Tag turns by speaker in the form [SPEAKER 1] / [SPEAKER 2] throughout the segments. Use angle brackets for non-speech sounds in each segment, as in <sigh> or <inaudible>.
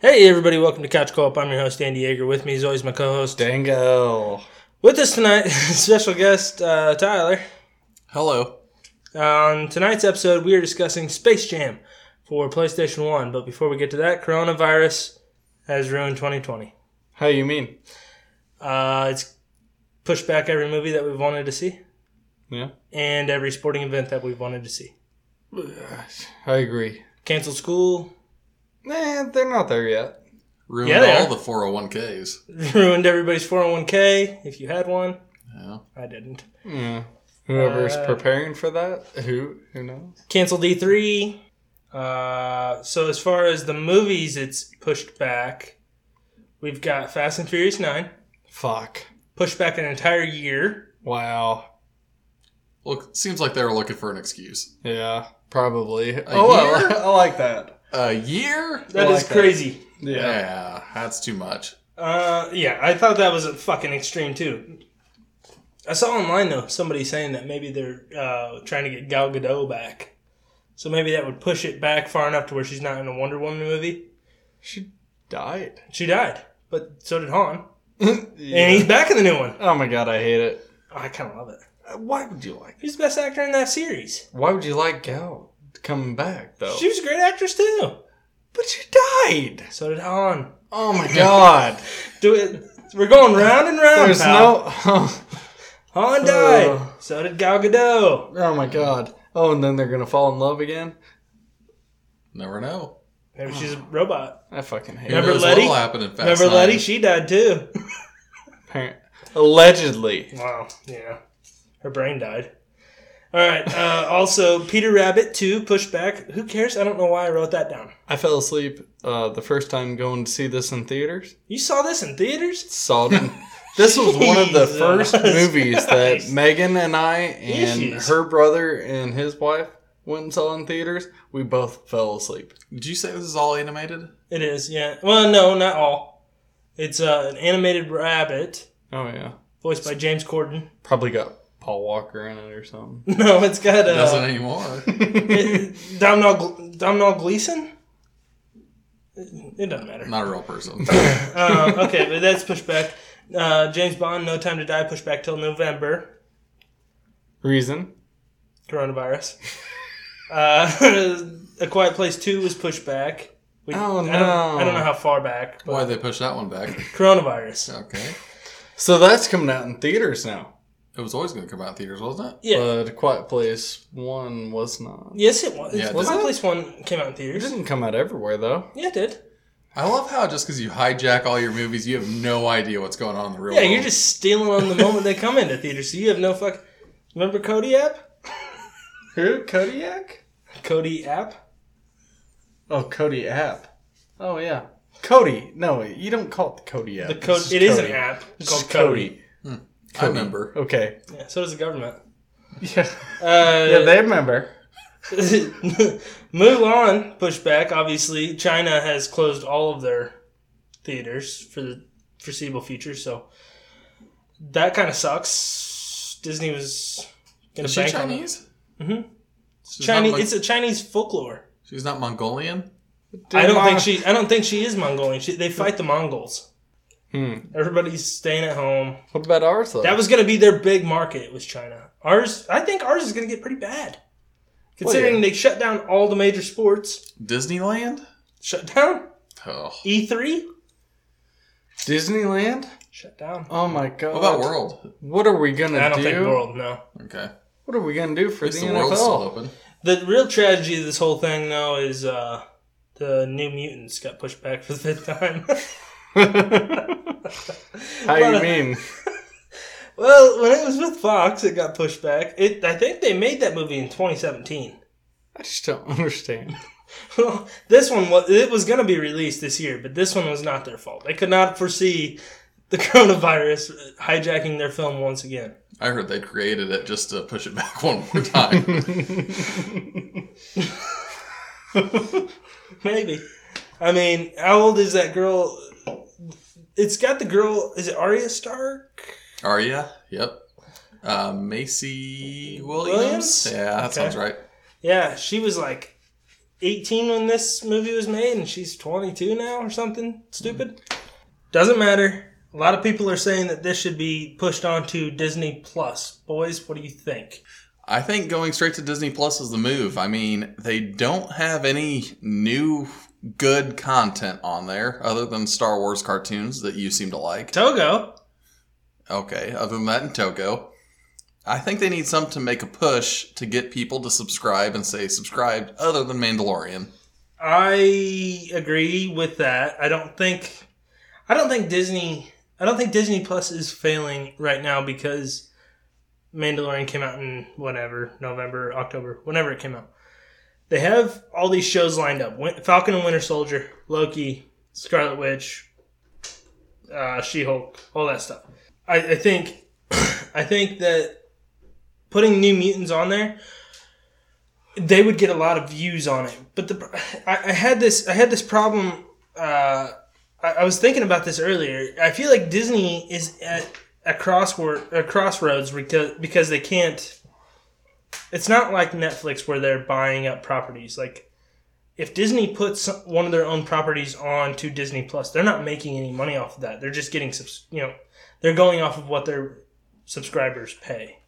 [SPEAKER 1] Hey everybody, welcome to Couch Co-op. I'm your host Andy Yeager. With me, as always, my co-host.
[SPEAKER 2] Dango.
[SPEAKER 1] With us tonight, <laughs> special guest uh, Tyler.
[SPEAKER 3] Hello.
[SPEAKER 1] On tonight's episode, we are discussing Space Jam for PlayStation One. But before we get to that, coronavirus has ruined 2020.
[SPEAKER 2] How you mean?
[SPEAKER 1] Uh, it's pushed back every movie that we've wanted to see
[SPEAKER 2] Yeah.
[SPEAKER 1] and every sporting event that we've wanted to see.
[SPEAKER 2] I agree.
[SPEAKER 1] Canceled school, <laughs>
[SPEAKER 2] Nah, they're not there yet.
[SPEAKER 3] Ruined
[SPEAKER 1] Yeah, they
[SPEAKER 3] all
[SPEAKER 1] are.
[SPEAKER 3] the 401ks.
[SPEAKER 1] ruined everybody's 401k if you had one.
[SPEAKER 3] Yeah.
[SPEAKER 1] I didn't.
[SPEAKER 2] Yeah. Whoever's
[SPEAKER 1] Uh,
[SPEAKER 2] preparing for that, who who knows?
[SPEAKER 1] canceled E3. Uh, so as far as the movies, it's pushed back. We've got Fast and Furious Nine
[SPEAKER 2] Fuck.
[SPEAKER 1] pushed back an entire year.
[SPEAKER 2] Wow.
[SPEAKER 3] Look, seems like they were looking for an excuse.
[SPEAKER 2] Yeah. Probably. oh, well,
[SPEAKER 3] year?
[SPEAKER 2] I like that.
[SPEAKER 3] A year?
[SPEAKER 1] That is
[SPEAKER 2] like that.
[SPEAKER 1] crazy.
[SPEAKER 3] Yeah.
[SPEAKER 2] Yeah.
[SPEAKER 3] that's too much.
[SPEAKER 1] Uh, yeah, I thought that was a fucking extreme too. I saw online though somebody saying that maybe they're uh, trying to get Gal Gadot back, so maybe that would push it back far enough to where she's not in a Wonder Woman movie.
[SPEAKER 2] She died.
[SPEAKER 1] She died, but so did Han, and
[SPEAKER 2] <laughs> Yeah.
[SPEAKER 1] he's back in the new one. Oh,
[SPEAKER 2] Oh my god, I hate it.
[SPEAKER 1] I kind of love it.
[SPEAKER 2] Uh, Why would you like?
[SPEAKER 1] He's the best actor in that series.
[SPEAKER 2] Why would you like Gal coming back though?
[SPEAKER 1] She was a great actress too.
[SPEAKER 2] but she died.
[SPEAKER 1] So did Han.
[SPEAKER 2] Oh my god.
[SPEAKER 1] Do it. We're going round and round.
[SPEAKER 2] <laughs> There's
[SPEAKER 1] pal.
[SPEAKER 2] no.
[SPEAKER 1] Han died.
[SPEAKER 2] Ugh.
[SPEAKER 1] so did Gal Gadot.
[SPEAKER 2] <laughs> Oh my god. Oh, and then they're gonna fall in love again.
[SPEAKER 3] Never know.
[SPEAKER 1] Maybe she's a robot.
[SPEAKER 2] I fucking hate.
[SPEAKER 3] Who
[SPEAKER 1] Remember
[SPEAKER 3] knows
[SPEAKER 1] Letty?
[SPEAKER 3] What'll happen in Fast
[SPEAKER 1] Remember
[SPEAKER 3] Nine.
[SPEAKER 1] Letty? She died too.
[SPEAKER 2] Apparent- Allegedly.
[SPEAKER 1] wow. Yeah. Her brain died. All right. Uh, also, Peter Rabbit two pushed back. Who cares? I don't know why I wrote that down.
[SPEAKER 2] I fell asleep uh, the first time going to see this in theaters.
[SPEAKER 1] You saw this in theaters?
[SPEAKER 2] Saw it.
[SPEAKER 1] <laughs>
[SPEAKER 2] in- this was one of the
[SPEAKER 1] Jesus
[SPEAKER 2] first movies that
[SPEAKER 1] Christ.
[SPEAKER 2] Megan and I and
[SPEAKER 1] Issues.
[SPEAKER 2] her brother and his wife went and saw in theaters. We both fell asleep.
[SPEAKER 1] e-
[SPEAKER 3] Did you say this is all animated?
[SPEAKER 1] It is. Yeah. Well, no, not all. It's uh, an animated rabbit
[SPEAKER 2] Oh yeah.
[SPEAKER 1] voiced by James Corden. <laughs>
[SPEAKER 2] Probably got Paul Walker in it or something.
[SPEAKER 1] No, it's got uh,
[SPEAKER 3] Doesn't anymore.
[SPEAKER 1] It- Domhnall, Gl- Domhnall Gleeson? It doesn't matter.
[SPEAKER 2] <laughs>
[SPEAKER 3] Not a real
[SPEAKER 1] <laughs>
[SPEAKER 3] person.
[SPEAKER 1] Um, okay, but that's pushed back. Uh, James Bond, No Time to Die, pushed back till November.
[SPEAKER 2] Reason.
[SPEAKER 1] Coronavirus. Uh, <laughs> A Quiet Place 2 was pushed back. We,
[SPEAKER 2] Oh,
[SPEAKER 1] I don't,
[SPEAKER 2] no.
[SPEAKER 1] I don't know how far back, but
[SPEAKER 3] Why'd they push that one back?
[SPEAKER 1] coronavirus.
[SPEAKER 3] Okay.
[SPEAKER 2] So that's coming out in theaters now.
[SPEAKER 3] It was always going to come out in theaters, wasn't it?
[SPEAKER 1] Yeah.
[SPEAKER 2] But Quiet Place One was not.
[SPEAKER 1] yes, it was.
[SPEAKER 3] Yeah, it
[SPEAKER 1] Quiet
[SPEAKER 2] did.
[SPEAKER 1] Place 1 came out in
[SPEAKER 2] It
[SPEAKER 1] theaters.
[SPEAKER 2] didn't come out everywhere though.
[SPEAKER 1] Yeah, it did.
[SPEAKER 3] I love how just because you hijack all your movies, you have no idea what's going on in the real
[SPEAKER 1] Yeah,
[SPEAKER 3] world.
[SPEAKER 1] you're just stealing on the moment they come into theaters, so you have no fuck. Remember Cody app?
[SPEAKER 2] Who? Kodiak?
[SPEAKER 1] Cody app?
[SPEAKER 2] Oh, Cody app. Oh yeah, Cody. No, you don't call it the Cody app.
[SPEAKER 1] The
[SPEAKER 2] It's
[SPEAKER 1] code,
[SPEAKER 2] just
[SPEAKER 1] it is
[SPEAKER 2] Cody.
[SPEAKER 1] an app
[SPEAKER 2] It's
[SPEAKER 1] called
[SPEAKER 2] just
[SPEAKER 1] Cody.
[SPEAKER 3] I remember.
[SPEAKER 2] Okay.
[SPEAKER 1] Yeah, so does the government.
[SPEAKER 2] <laughs> Yeah. <laughs> yeah,
[SPEAKER 1] Uh,
[SPEAKER 2] they remember.
[SPEAKER 1] <laughs> Mulan pushback. Obviously, China has closed all of their theaters for the foreseeable future, so that kind of sucks. Disney was gonna
[SPEAKER 3] Is she
[SPEAKER 1] bank
[SPEAKER 3] Chinese?
[SPEAKER 1] Mhm.
[SPEAKER 3] She's
[SPEAKER 1] on Chinese.
[SPEAKER 3] Not, Mon-
[SPEAKER 1] It's a Chinese folklore.
[SPEAKER 3] she's not Mongolian?
[SPEAKER 1] I don't think she. I don't think she is Mongolian. She, they fight the Mongols.
[SPEAKER 2] Hmm.
[SPEAKER 1] Everybody's staying at home.
[SPEAKER 2] What about ours though?
[SPEAKER 1] That was gonna be their big market. Was China? Ours. I think ours is gonna get pretty bad, considering
[SPEAKER 2] yeah.
[SPEAKER 1] they shut down all the major sports.
[SPEAKER 3] Disneyland?
[SPEAKER 1] Shut down. E
[SPEAKER 3] Oh.
[SPEAKER 1] E3?
[SPEAKER 2] Disneyland.
[SPEAKER 1] Shut down.
[SPEAKER 2] Oh my god.
[SPEAKER 3] What about World?
[SPEAKER 2] What are we gonna
[SPEAKER 1] I don't
[SPEAKER 2] do?
[SPEAKER 1] think world, no.
[SPEAKER 3] Okay. At
[SPEAKER 2] What are we gonna do for
[SPEAKER 3] least
[SPEAKER 2] the,
[SPEAKER 3] the, world's
[SPEAKER 1] <laughs>
[SPEAKER 2] <laughs>
[SPEAKER 3] still
[SPEAKER 2] NFL?
[SPEAKER 3] open.
[SPEAKER 1] The real tragedy of this whole thing, though, is uh, the New Mutants got pushed back for the fifth time. <laughs>
[SPEAKER 2] How
[SPEAKER 1] But,
[SPEAKER 2] you
[SPEAKER 1] uh,
[SPEAKER 2] mean?
[SPEAKER 1] well, when it was with Fox, it got pushed back. It, I think they made that movie in 2017.
[SPEAKER 2] I just don't understand.
[SPEAKER 1] <laughs> this one was it was going to be released this year, but this one was not their fault. They could not foresee the <laughs> coronavirus hijacking their film once again.
[SPEAKER 3] I heard they created it just to push it <laughs> back one more
[SPEAKER 2] <laughs>
[SPEAKER 3] time.
[SPEAKER 1] Maybe. I mean, how old is that girl? It's got the girl. Is it Arya Stark?
[SPEAKER 3] Arya? Yep. Uh, Macy Williams?
[SPEAKER 1] Williams?
[SPEAKER 3] Yeah, that
[SPEAKER 1] Okay.
[SPEAKER 3] sounds right.
[SPEAKER 1] Yeah, she was like 18 when this movie was made, and she's 22 now or something stupid. Doesn't matter. A lot of people are saying that this should be pushed onto Disney Plus. Boys, what do you think?
[SPEAKER 3] I think going straight to Disney Plus is the move. I mean, they don't have any new good content on there other than Star Wars cartoons that you seem to like.
[SPEAKER 1] Togo.
[SPEAKER 3] Okay, other than that and Togo. I think they need something to make a push to get people to subscribe and say subscribed other than Mandalorian.
[SPEAKER 1] I agree with that. I don't think I don't think Disney I don't think Disney Plus is failing right now because Mandalorian came out in whatever, November, October, whenever it came out. They have all these shows lined up. Win- Falcon and Winter Soldier, Loki, Scarlet Witch, uh, She-Hulk, all that stuff. I, I think <clears throat> I think that putting New Mutants on there they would get a lot of views on it. But the I, I had this I had this problem. Uh, I, I was thinking about this earlier. I feel like Disney is at a crossword a crossroads because because they can't. It's not like Netflix where they're buying up properties. Like if Disney puts some- one of their own properties on to Disney Plus, they're not making any money off of that. They're just getting subs- you know they're going off of what their subscribers pay.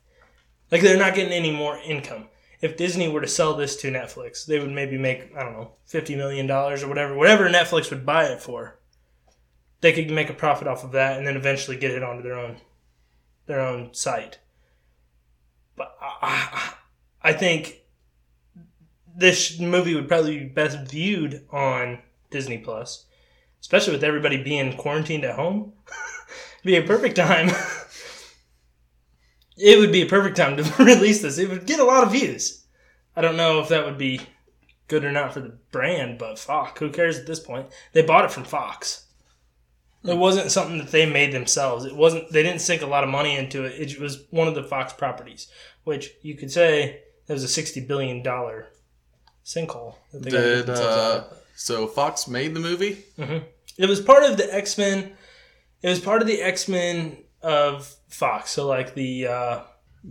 [SPEAKER 1] Like they're not getting any more income if Disney were to sell this to Netflix, they would maybe make I don't know fifty million dollars or whatever, whatever Netflix would buy it for. They could make a profit off of that, and then eventually get it onto their own, their own site. But I, I I think this movie would probably be best viewed on Disney Plus, especially with everybody being quarantined at home. <laughs> be a perfect time. <laughs> it would be a perfect time to <laughs> release this. It would get a lot of views. I don't know if that would be good or not for the brand, but fuck, who cares at this point? They bought it from Fox. It wasn't something that they made themselves. It wasn't. They didn't sink a lot of money into it. It was one of the Fox properties, which you could say that was a sixty billion dollar sinkhole. That they got
[SPEAKER 3] Did
[SPEAKER 1] themselves out of.
[SPEAKER 3] uh, so Fox made the movie?
[SPEAKER 1] It was part of the X Men. It was part of the X Men of Fox. So like the uh,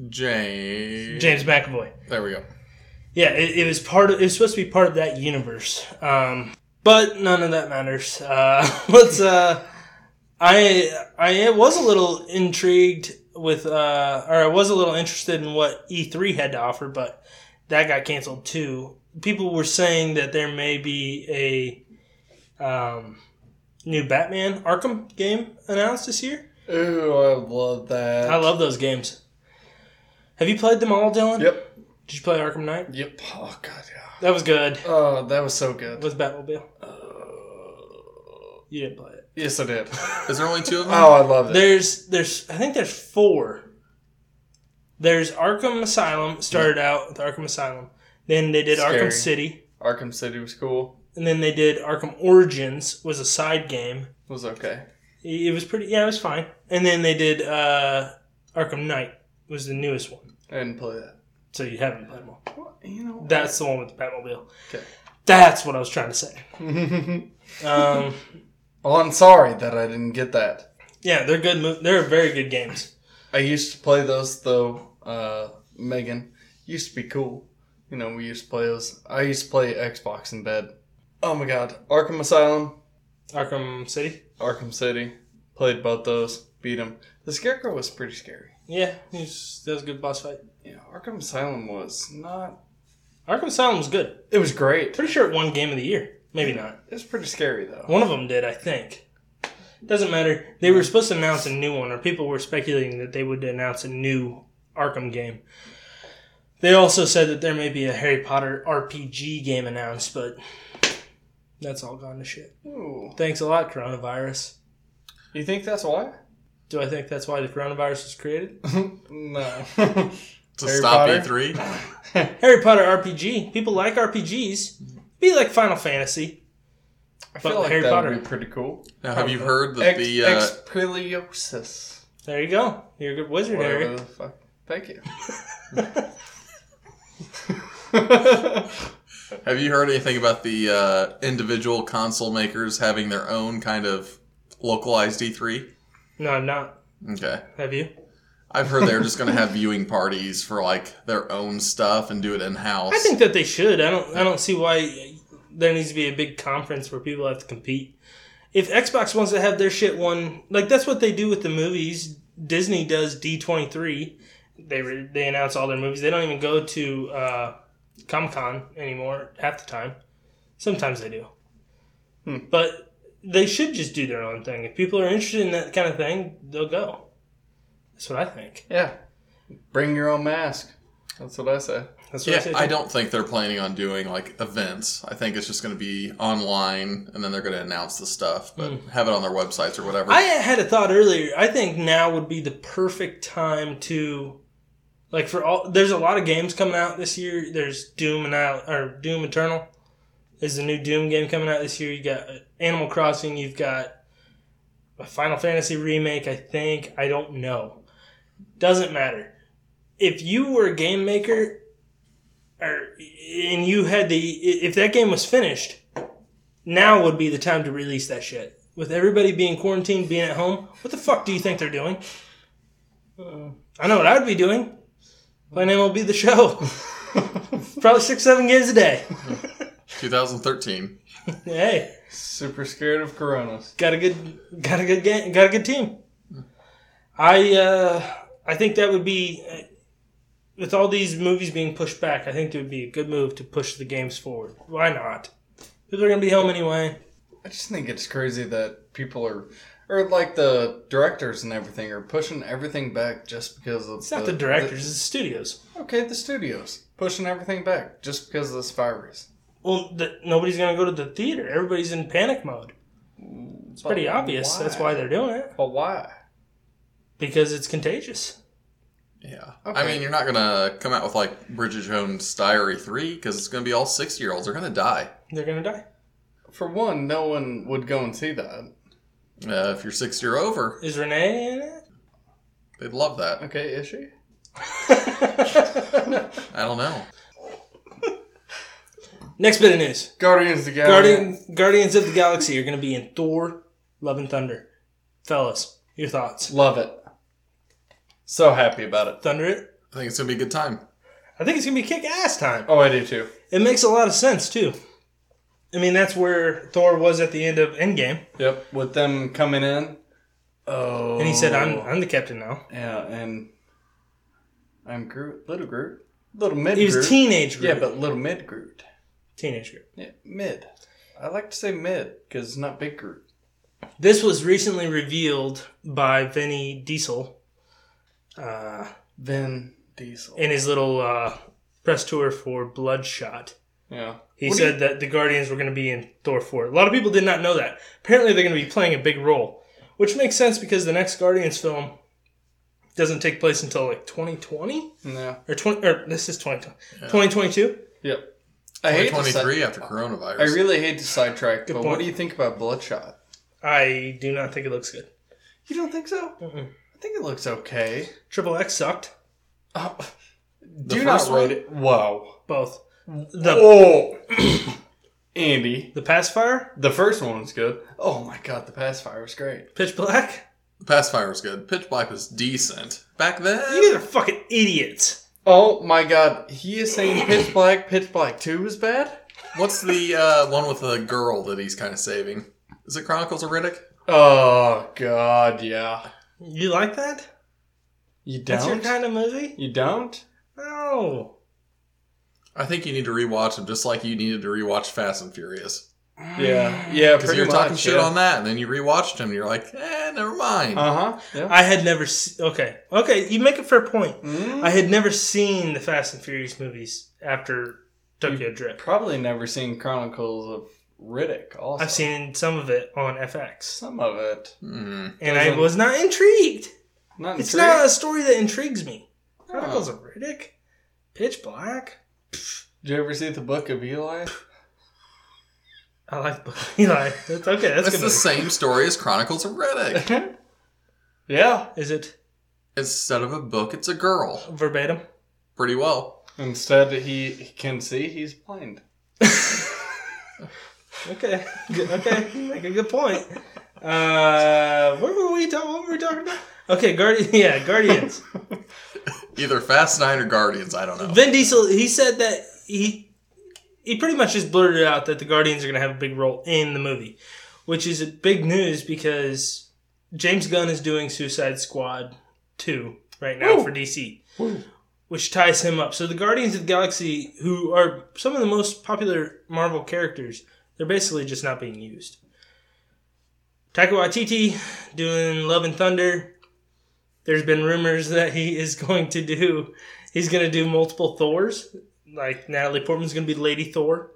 [SPEAKER 3] James.
[SPEAKER 1] James McAvoy.
[SPEAKER 3] There we go.
[SPEAKER 1] Yeah, it, it was part of. It was supposed to be part of that universe. Um, but none of that matters. Uh, <laughs> let's. Uh, I I was a little intrigued with, uh, or I was a little interested in what E three had to offer, but that got canceled too. People were saying that there may be a um, new Batman Arkham game announced this year.
[SPEAKER 2] Ooh, I love that.
[SPEAKER 1] I love those games. Have you played them all, Dylan?
[SPEAKER 2] Yep.
[SPEAKER 1] Did you play Arkham Knight?
[SPEAKER 2] Yep. Oh god, yeah.
[SPEAKER 1] That was good.
[SPEAKER 2] Oh, that was so good.
[SPEAKER 1] With Batmobile. Uh, You didn't play it.
[SPEAKER 2] Yes,
[SPEAKER 1] <laughs>
[SPEAKER 2] I did.
[SPEAKER 3] Is there only two of them?
[SPEAKER 2] Oh, I love it.
[SPEAKER 1] uh, There's there's I think there's four. There's Arkham Asylum started out with Arkham Asylum. Then they did
[SPEAKER 2] Scary.
[SPEAKER 1] Arkham City.
[SPEAKER 2] Arkham City was cool.
[SPEAKER 1] And then they did Arkham Origins was a side game.
[SPEAKER 2] It was okay.
[SPEAKER 1] It it was pretty yeah, it was fine. And then they did uh Arkham Knight was the newest one.
[SPEAKER 2] I didn't play that.
[SPEAKER 1] So you haven't played them all.
[SPEAKER 2] What? You know. <laughs>
[SPEAKER 1] That's the one with the Batmobile.
[SPEAKER 2] Okay.
[SPEAKER 1] That's what I was trying to say. Um <laughs>
[SPEAKER 2] well, I'm sorry that I didn't get that.
[SPEAKER 1] Yeah, they're good. Mo- they're very good games.
[SPEAKER 2] I used to play those though. Uh, Megan used to be cool. You know, we used to play those. I used to play Xbox in bed. Oh my god, Arkham Asylum,
[SPEAKER 1] Arkham City.
[SPEAKER 2] Arkham City. Played both those, beat them. The Scarecrow was pretty scary.
[SPEAKER 1] Yeah, he was- that was a good boss fight.
[SPEAKER 2] Yeah, Arkham Asylum was not.
[SPEAKER 1] Arkham Asylum was good.
[SPEAKER 2] It was great.
[SPEAKER 1] Pretty sure it won Game of the Year. Maybe not.
[SPEAKER 2] It was pretty scary though.
[SPEAKER 1] One of them did, I think. Doesn't matter. They were supposed to announce a new one, or people were speculating that they would announce a new Arkham game. They also said that there may be a Harry Potter RPG game announced, but that's all gone to shit.
[SPEAKER 2] Ooh.
[SPEAKER 1] Thanks a lot, coronavirus.
[SPEAKER 2] You think that's why?
[SPEAKER 1] Do I think that's why the coronavirus was created?
[SPEAKER 2] no. <laughs>
[SPEAKER 3] to
[SPEAKER 2] Harry
[SPEAKER 3] stop E
[SPEAKER 2] Potter?
[SPEAKER 3] E3?
[SPEAKER 1] Harry Potter RPG. People like RPGs. Be like Final Fantasy.
[SPEAKER 2] I
[SPEAKER 1] But
[SPEAKER 2] feel like
[SPEAKER 1] Harry
[SPEAKER 2] that
[SPEAKER 1] Potter.
[SPEAKER 2] would be pretty cool.
[SPEAKER 3] Now, have you
[SPEAKER 1] Okay.
[SPEAKER 3] heard that
[SPEAKER 2] Ex-
[SPEAKER 3] the uh,
[SPEAKER 2] Expeliosis.
[SPEAKER 1] There you go. You're a good wizard,
[SPEAKER 2] Whatever
[SPEAKER 1] Harry.
[SPEAKER 2] the fuck. Thank <laughs> you.
[SPEAKER 3] have you heard anything about the uh, individual console makers having their own kind of localized E3?
[SPEAKER 1] No, I'm not.
[SPEAKER 3] Okay.
[SPEAKER 1] Have you?
[SPEAKER 3] I've heard they're just going to have viewing parties for like their own stuff and do it in house.
[SPEAKER 1] I think that they should. I don't. I don't see why there needs to be a big conference where people have to compete. If Xbox wants to have their shit won, like that's what they do with the movies. Disney does D twenty three. They re- they announce all their movies. They don't even go to uh, Comic Con anymore half the time. Sometimes they do,
[SPEAKER 2] Hmm.
[SPEAKER 1] but they should just do their own thing. If people are interested in that kind of thing, they'll go. That's what I think.
[SPEAKER 2] Yeah. Bring your own mask. That's what I say. <laughs>
[SPEAKER 1] That's what I
[SPEAKER 3] Yeah,
[SPEAKER 1] say.
[SPEAKER 3] I don't think they're planning on doing like events. I think it's just going to be online, and then they're going to announce the stuff, but
[SPEAKER 2] Hmm.
[SPEAKER 3] have it on their websites or whatever.
[SPEAKER 1] I had a thought earlier. I think now would be the perfect time to, like, for all. There's a lot of games coming out this year. There's Doom and out or Doom Eternal. Is the new Doom game coming out this year? You got Animal Crossing. You've got a Final Fantasy remake. I think I don't know. Doesn't matter. If you were a game maker, or and you had the if that game was finished, now would be the time to release that shit. With everybody being quarantined, being at home, what the fuck do you think they're doing? Uh, I know what I'd be doing. Playing MLB the show. <laughs> Probably six, seven games a day.
[SPEAKER 3] 2013.
[SPEAKER 1] hey,
[SPEAKER 2] Super scared of coronas.
[SPEAKER 1] got a good, got a good game, got a good team. I, uh, I think that would be, uh, with all these movies being pushed back, I think it would be a good move to push the games forward. Why not? People are gonna be home anyway.
[SPEAKER 2] I just think it's crazy that people are, or like the directors and everything, are pushing everything back just because of.
[SPEAKER 1] It's not the directors, it's the studios.
[SPEAKER 2] okay, the studios pushing everything back just because of this virus.
[SPEAKER 1] Well, the, nobody's going to go to the theater. Everybody's in panic mode.
[SPEAKER 2] It's
[SPEAKER 1] Pretty obvious. That's why they're doing it
[SPEAKER 2] But why?
[SPEAKER 1] because it's contagious.
[SPEAKER 3] Yeah. I
[SPEAKER 2] Okay.
[SPEAKER 3] mean, you're not going to come out with like Bridget Jones' Diary 3 because it's going to be all six year olds. They're going to die.
[SPEAKER 1] They're going to die.
[SPEAKER 2] For one, no one would go and see that.
[SPEAKER 3] Uh, if you're six year over,
[SPEAKER 1] Is Renee in it?
[SPEAKER 3] they'd love that.
[SPEAKER 2] Okay, is she?
[SPEAKER 3] I don't know.
[SPEAKER 1] <laughs> Next bit of news:
[SPEAKER 2] Guardians of the Galaxy.
[SPEAKER 1] Guardian, Guardians of the Galaxy are going to be in Thor: Love and Thunder. Fellas, your thoughts?
[SPEAKER 2] Love it. So happy about it.
[SPEAKER 1] Thunder it.
[SPEAKER 3] I think it's going to be a good time.
[SPEAKER 1] I think it's going to be kick ass time.
[SPEAKER 2] Oh, I do too.
[SPEAKER 1] It makes a lot of sense too. I mean, that's where Thor was at the end of Endgame,
[SPEAKER 2] Yep, with them coming in. Oh.
[SPEAKER 1] and he said, "I'm I'm the captain now."
[SPEAKER 2] Yeah, and I'm Groot, little Groot, little mid.
[SPEAKER 1] He was
[SPEAKER 2] Groot.
[SPEAKER 1] teenage Groot.
[SPEAKER 2] Yeah, but little mid Groot.
[SPEAKER 1] teenage Groot.
[SPEAKER 2] Yeah, mid. I like to say mid because it's not big Groot.
[SPEAKER 1] This was recently revealed by Vinny Diesel uh,
[SPEAKER 2] Then Diesel.
[SPEAKER 1] in his little uh, press tour for Bloodshot.
[SPEAKER 2] yeah.
[SPEAKER 1] He
[SPEAKER 2] What do you-
[SPEAKER 1] said that the Guardians were going to be in Thor 4. A lot of people did not know that. Apparently, they're going to be playing a big role, which makes sense because the next Guardians film doesn't take place until like 2020
[SPEAKER 2] No.
[SPEAKER 1] or 20 or this is 2020 2022.
[SPEAKER 2] Yep. I hate to si-
[SPEAKER 3] 2023 after
[SPEAKER 2] I
[SPEAKER 3] coronavirus.
[SPEAKER 2] really hate to sidetrack, but what
[SPEAKER 1] point.
[SPEAKER 2] do you think about Bloodshot?
[SPEAKER 1] I do not think it looks good.
[SPEAKER 2] You don't think so? I think it looks okay.
[SPEAKER 1] Triple X sucked
[SPEAKER 2] Oh,
[SPEAKER 3] The
[SPEAKER 2] do not
[SPEAKER 3] first
[SPEAKER 2] rate
[SPEAKER 3] one?
[SPEAKER 2] it. Whoa.
[SPEAKER 1] both. The
[SPEAKER 2] Oh, <clears throat> Andy.
[SPEAKER 1] the pacifier,
[SPEAKER 2] The first one was good. Oh my god, the pacifier was great.
[SPEAKER 1] pitch black.
[SPEAKER 3] Pacifier was good. Pitch Black was decent. Back then,
[SPEAKER 1] You guys are fucking idiots.
[SPEAKER 2] Oh my god, he is <clears throat> saying Pitch Black, Pitch Black 2 is bad?
[SPEAKER 3] what's the uh, one with the girl that he's kind of saving? Is it Chronicles of Riddick?
[SPEAKER 2] Oh god, yeah.
[SPEAKER 1] You like that?
[SPEAKER 2] You
[SPEAKER 1] That's your
[SPEAKER 2] don't?
[SPEAKER 1] kind of movie?
[SPEAKER 2] You don't?
[SPEAKER 1] No.
[SPEAKER 3] I think you need to rewatch them just like you needed to rewatch Fast and Furious.
[SPEAKER 2] Ah, Yeah, yeah,
[SPEAKER 3] Because
[SPEAKER 2] pretty
[SPEAKER 3] you're
[SPEAKER 2] much.
[SPEAKER 3] talking shit on that, and then you rewatched him, and you're like, eh, never mind.
[SPEAKER 2] Uh huh. Yeah.
[SPEAKER 1] I had never se- okay. Okay, you make a fair point.
[SPEAKER 2] Mm,
[SPEAKER 1] I had never seen the Fast and Furious movies after Tokyo Drift.
[SPEAKER 2] probably never seen Chronicles of Riddick, also.
[SPEAKER 1] I've seen some of it on FX.
[SPEAKER 2] some of it.
[SPEAKER 3] Mm.
[SPEAKER 1] And I
[SPEAKER 2] Doesn't-
[SPEAKER 1] was not intrigued.
[SPEAKER 2] Not
[SPEAKER 1] It's
[SPEAKER 2] intrigued.
[SPEAKER 1] not a story that intrigues me. Chronicles of Riddick? Pitch Black?
[SPEAKER 2] Did you ever see the Book of <laughs> Eli?
[SPEAKER 1] I like Book of <laughs> Eli. That's, okay, that's
[SPEAKER 3] It's
[SPEAKER 1] good.
[SPEAKER 3] the same story as Chronicles of Riddick.
[SPEAKER 2] yeah.
[SPEAKER 1] movie. Is it
[SPEAKER 3] Instead of a book, it's a girl.
[SPEAKER 1] verbatim?
[SPEAKER 3] Pretty well.
[SPEAKER 2] Instead, he he can see he's blind.
[SPEAKER 1] Okay. Good- Okay. You Make a good point. Uh, what were we talking? What were we talking about? Okay, Guardian. <laughs> Yeah, Guardians.
[SPEAKER 3] Either Fast Nine or Guardians, I don't know.
[SPEAKER 1] Vin Diesel. He said that he he pretty much just blurted out that the Guardians are going to have a big role in the movie, which is big news because James Gunn is doing Suicide Squad 2 right now for DC, which ties him up. So the Guardians of the Galaxy, who are some of the most popular Marvel characters, they're basically just not being used. Taika Waititi doing Love and Thunder. There's been rumors that he is going to do, he's going to do multiple Thors like Natalie Portman's gonna be Lady Thor.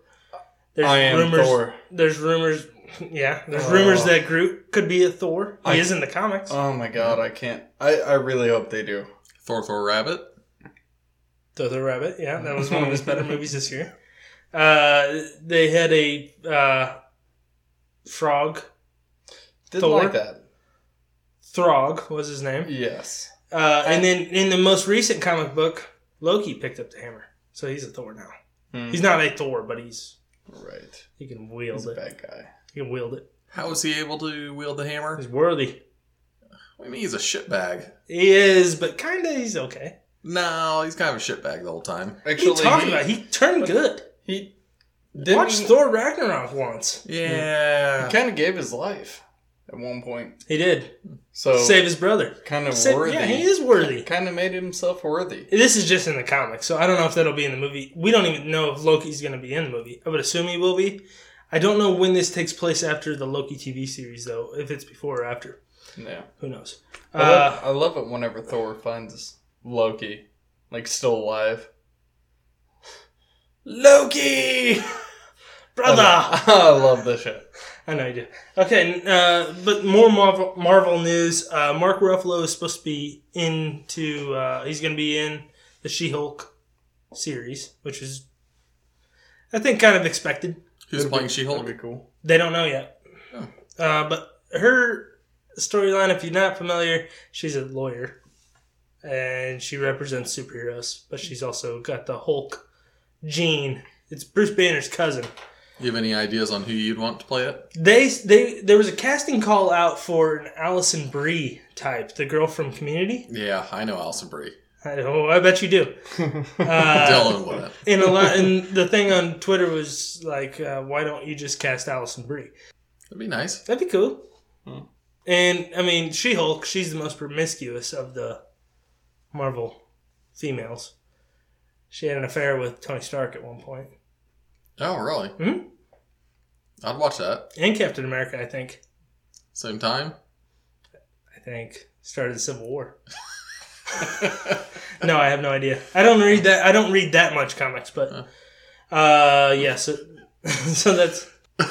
[SPEAKER 1] There's
[SPEAKER 2] I am
[SPEAKER 1] rumors,
[SPEAKER 2] Thor.
[SPEAKER 1] There's rumors, yeah. There's rumors
[SPEAKER 2] Oh.
[SPEAKER 1] that Groot could be a Thor. He
[SPEAKER 2] I-
[SPEAKER 1] is in the comics.
[SPEAKER 2] Oh my god, I can't. I, I really hope they do.
[SPEAKER 3] Thor, Thor, Rabbit.
[SPEAKER 1] Thor the Rabbit, yeah, that was one of his better movies this
[SPEAKER 2] <laughs>
[SPEAKER 1] year. Uh, they had a uh, frog.
[SPEAKER 2] Did
[SPEAKER 1] Thor?
[SPEAKER 2] like that?
[SPEAKER 1] Throg was his name.
[SPEAKER 2] Yes.
[SPEAKER 1] Uh, and then in the most recent comic book, Loki picked up the hammer, so he's a Thor now.
[SPEAKER 2] Hmm.
[SPEAKER 1] He's not a Thor, but he's
[SPEAKER 2] Right.
[SPEAKER 1] he can wield
[SPEAKER 2] He's a
[SPEAKER 1] it.
[SPEAKER 2] bad guy.
[SPEAKER 1] He can wield it.
[SPEAKER 3] How is he able to wield the hammer?
[SPEAKER 1] He's worthy.
[SPEAKER 3] I mean, he's a shitbag.
[SPEAKER 1] He is, but kinda he's okay.
[SPEAKER 3] No, he's kind of a shitbag the whole time.
[SPEAKER 1] What are you
[SPEAKER 2] Actually,
[SPEAKER 1] talking
[SPEAKER 2] he,
[SPEAKER 1] about? He turned good.
[SPEAKER 2] he didn't.
[SPEAKER 1] Watch Thor Ragnarok once.
[SPEAKER 3] Yeah.
[SPEAKER 2] He kind of gave his life at one point.
[SPEAKER 1] He did
[SPEAKER 2] So
[SPEAKER 1] save his brother.
[SPEAKER 2] kind of
[SPEAKER 1] Save-
[SPEAKER 2] Oh. worthy.
[SPEAKER 1] yeah, he is worthy.
[SPEAKER 2] Kind of made himself worthy.
[SPEAKER 1] This is just in the comics, so I don't know if that'll be in the movie. We don't even know if Loki's going to be in the movie. I would assume he will be. I don't know when this takes place after the Loki TV series, though. If it's before or after,
[SPEAKER 2] Yeah.
[SPEAKER 1] who knows?
[SPEAKER 2] I love,
[SPEAKER 1] Uh,
[SPEAKER 2] I love it whenever Thor finds Loki, like still alive. Loki,
[SPEAKER 1] <laughs> brother,
[SPEAKER 2] <laughs> I love this shit.
[SPEAKER 1] I know you do. Okay, uh, but more Marvel, Marvel news. Uh, Mark Ruffalo is supposed to be into. Uh, he's going to be in the She-Hulk series, which is, I think, kind of expected.
[SPEAKER 3] Who's playing She
[SPEAKER 2] That'd
[SPEAKER 3] Hulk?
[SPEAKER 2] be cool.
[SPEAKER 1] They don't know yet. Uh, but her storyline, if you're not familiar, she's a lawyer, and she represents superheroes. But she's also got the Hulk gene. It's Bruce Banner's cousin.
[SPEAKER 3] You have any ideas on who you'd want to play it?
[SPEAKER 1] They they there was a casting call out for an Allison Brie type, the girl from Community.
[SPEAKER 3] Yeah, I know Alison Brie.
[SPEAKER 1] I, oh, I bet you do. Uh,
[SPEAKER 3] <laughs> Dylan wouldn't.
[SPEAKER 1] and a lot, and the thing on Twitter was like, uh, "Why don't you just cast Allison Brie?
[SPEAKER 3] That'd be nice.
[SPEAKER 1] That'd be cool."
[SPEAKER 2] Hmm.
[SPEAKER 1] And I mean, She Hulk, she's the most promiscuous of the Marvel females. She had an affair with Tony Stark at one point,
[SPEAKER 3] Oh, really?
[SPEAKER 1] Hmm?
[SPEAKER 3] I'd watch that.
[SPEAKER 1] and Captain America, I think.
[SPEAKER 3] Same time.
[SPEAKER 1] I think started the Civil War. <laughs> no, I have no idea. I don't read that. I don't read that much comics, but uh, yeah. So, <laughs> so that's
[SPEAKER 3] I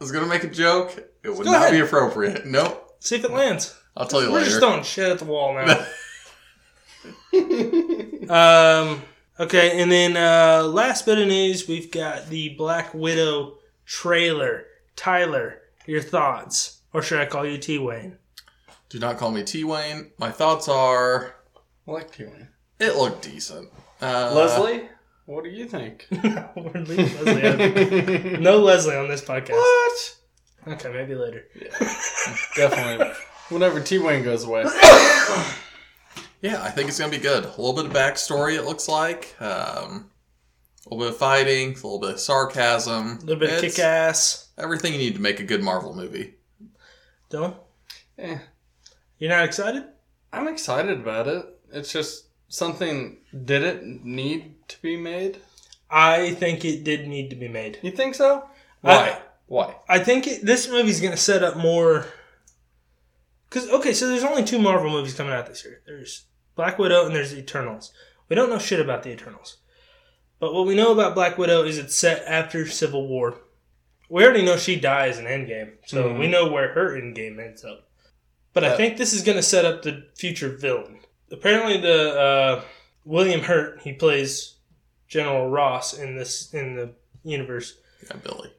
[SPEAKER 3] was gonna make a joke. It would
[SPEAKER 1] Go
[SPEAKER 3] not
[SPEAKER 1] ahead.
[SPEAKER 3] be appropriate. Nope.
[SPEAKER 1] see if it lands.
[SPEAKER 3] I'll tell you
[SPEAKER 1] We're just
[SPEAKER 3] later.
[SPEAKER 1] throwing shit at the wall now. <laughs>
[SPEAKER 2] <laughs>
[SPEAKER 1] um. Okay, and then uh, last bit of news, we've got the Black Widow trailer. Tyler, your thoughts, or should I call you T <laughs> Wayne?
[SPEAKER 3] Do not call me T Wayne. My thoughts are
[SPEAKER 2] I like T-Wayne.
[SPEAKER 3] it looked decent. Uh,
[SPEAKER 2] Leslie, what do you <laughs> think?
[SPEAKER 1] We're leaving Leslie
[SPEAKER 3] <laughs>
[SPEAKER 1] out of it. no Leslie on this podcast.
[SPEAKER 2] what?
[SPEAKER 1] Okay, maybe later.
[SPEAKER 2] Definitely. Whenever T-Wayne goes away,
[SPEAKER 3] Yeah, I think it's gonna be good. A little bit of backstory, it looks like. Um, a little bit of fighting, a little bit of
[SPEAKER 1] A
[SPEAKER 3] sarcasm,
[SPEAKER 1] little bit of
[SPEAKER 3] It's
[SPEAKER 1] kick ass.
[SPEAKER 3] Everything you need to make a good Marvel movie.
[SPEAKER 1] Dylan,
[SPEAKER 2] <coughs> eh,
[SPEAKER 1] you're not excited?
[SPEAKER 2] I'm excited about it. It's just something. Did it need to be made?
[SPEAKER 1] I think it did need to be made.
[SPEAKER 2] You think so? Why?
[SPEAKER 1] I-
[SPEAKER 2] Why?
[SPEAKER 1] I think it, this movie's going to set up more. Because, okay, so there's only two Marvel movies coming out this year there's Black Widow and there's Eternals. We don't know shit about the Eternals. But what we know about Black Widow is it's set after Civil War. We already know she dies in Endgame, so
[SPEAKER 2] Mhm.
[SPEAKER 1] we know where her Endgame ends up. But I
[SPEAKER 2] Uh,
[SPEAKER 1] think this is going to set up the future villain. Apparently, the uh, William Hurt he plays General Ross in this in the universe.
[SPEAKER 3] Yeah, Billy.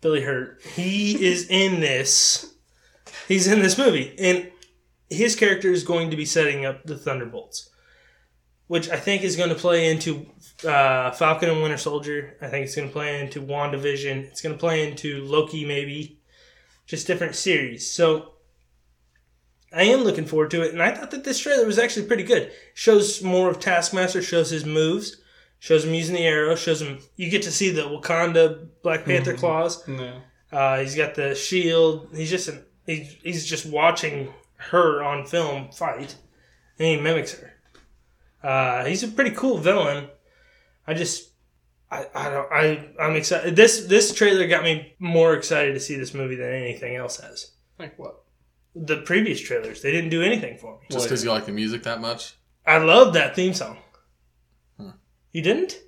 [SPEAKER 1] Billy Hurt. He is in this. He's in this movie, and his character is going to be setting up the Thunderbolts, which I think is going to play into uh, Falcon and Winter Soldier. I think it's going to play into WandaVision. It's going to play into Loki, maybe, just different series. So I am looking forward to it, and I thought that this trailer was actually pretty good. Shows more of Taskmaster, shows his moves, Shows him using the arrow. Shows him. You get to see the Wakanda Black Panther
[SPEAKER 2] Mhm.
[SPEAKER 1] claws.
[SPEAKER 2] No.
[SPEAKER 1] Uh, he's got the shield. He's just an, he's, he's just watching her on film fight, and he mimics her. Uh, he's a pretty cool villain. I just I, I don't I I'm excited. This this trailer got me more excited to see this movie than anything else has.
[SPEAKER 2] Like what?
[SPEAKER 1] The previous trailers they didn't do anything for me.
[SPEAKER 3] Just because you like the music that much,
[SPEAKER 1] I love that theme song.
[SPEAKER 3] Hmm.
[SPEAKER 1] You didn't?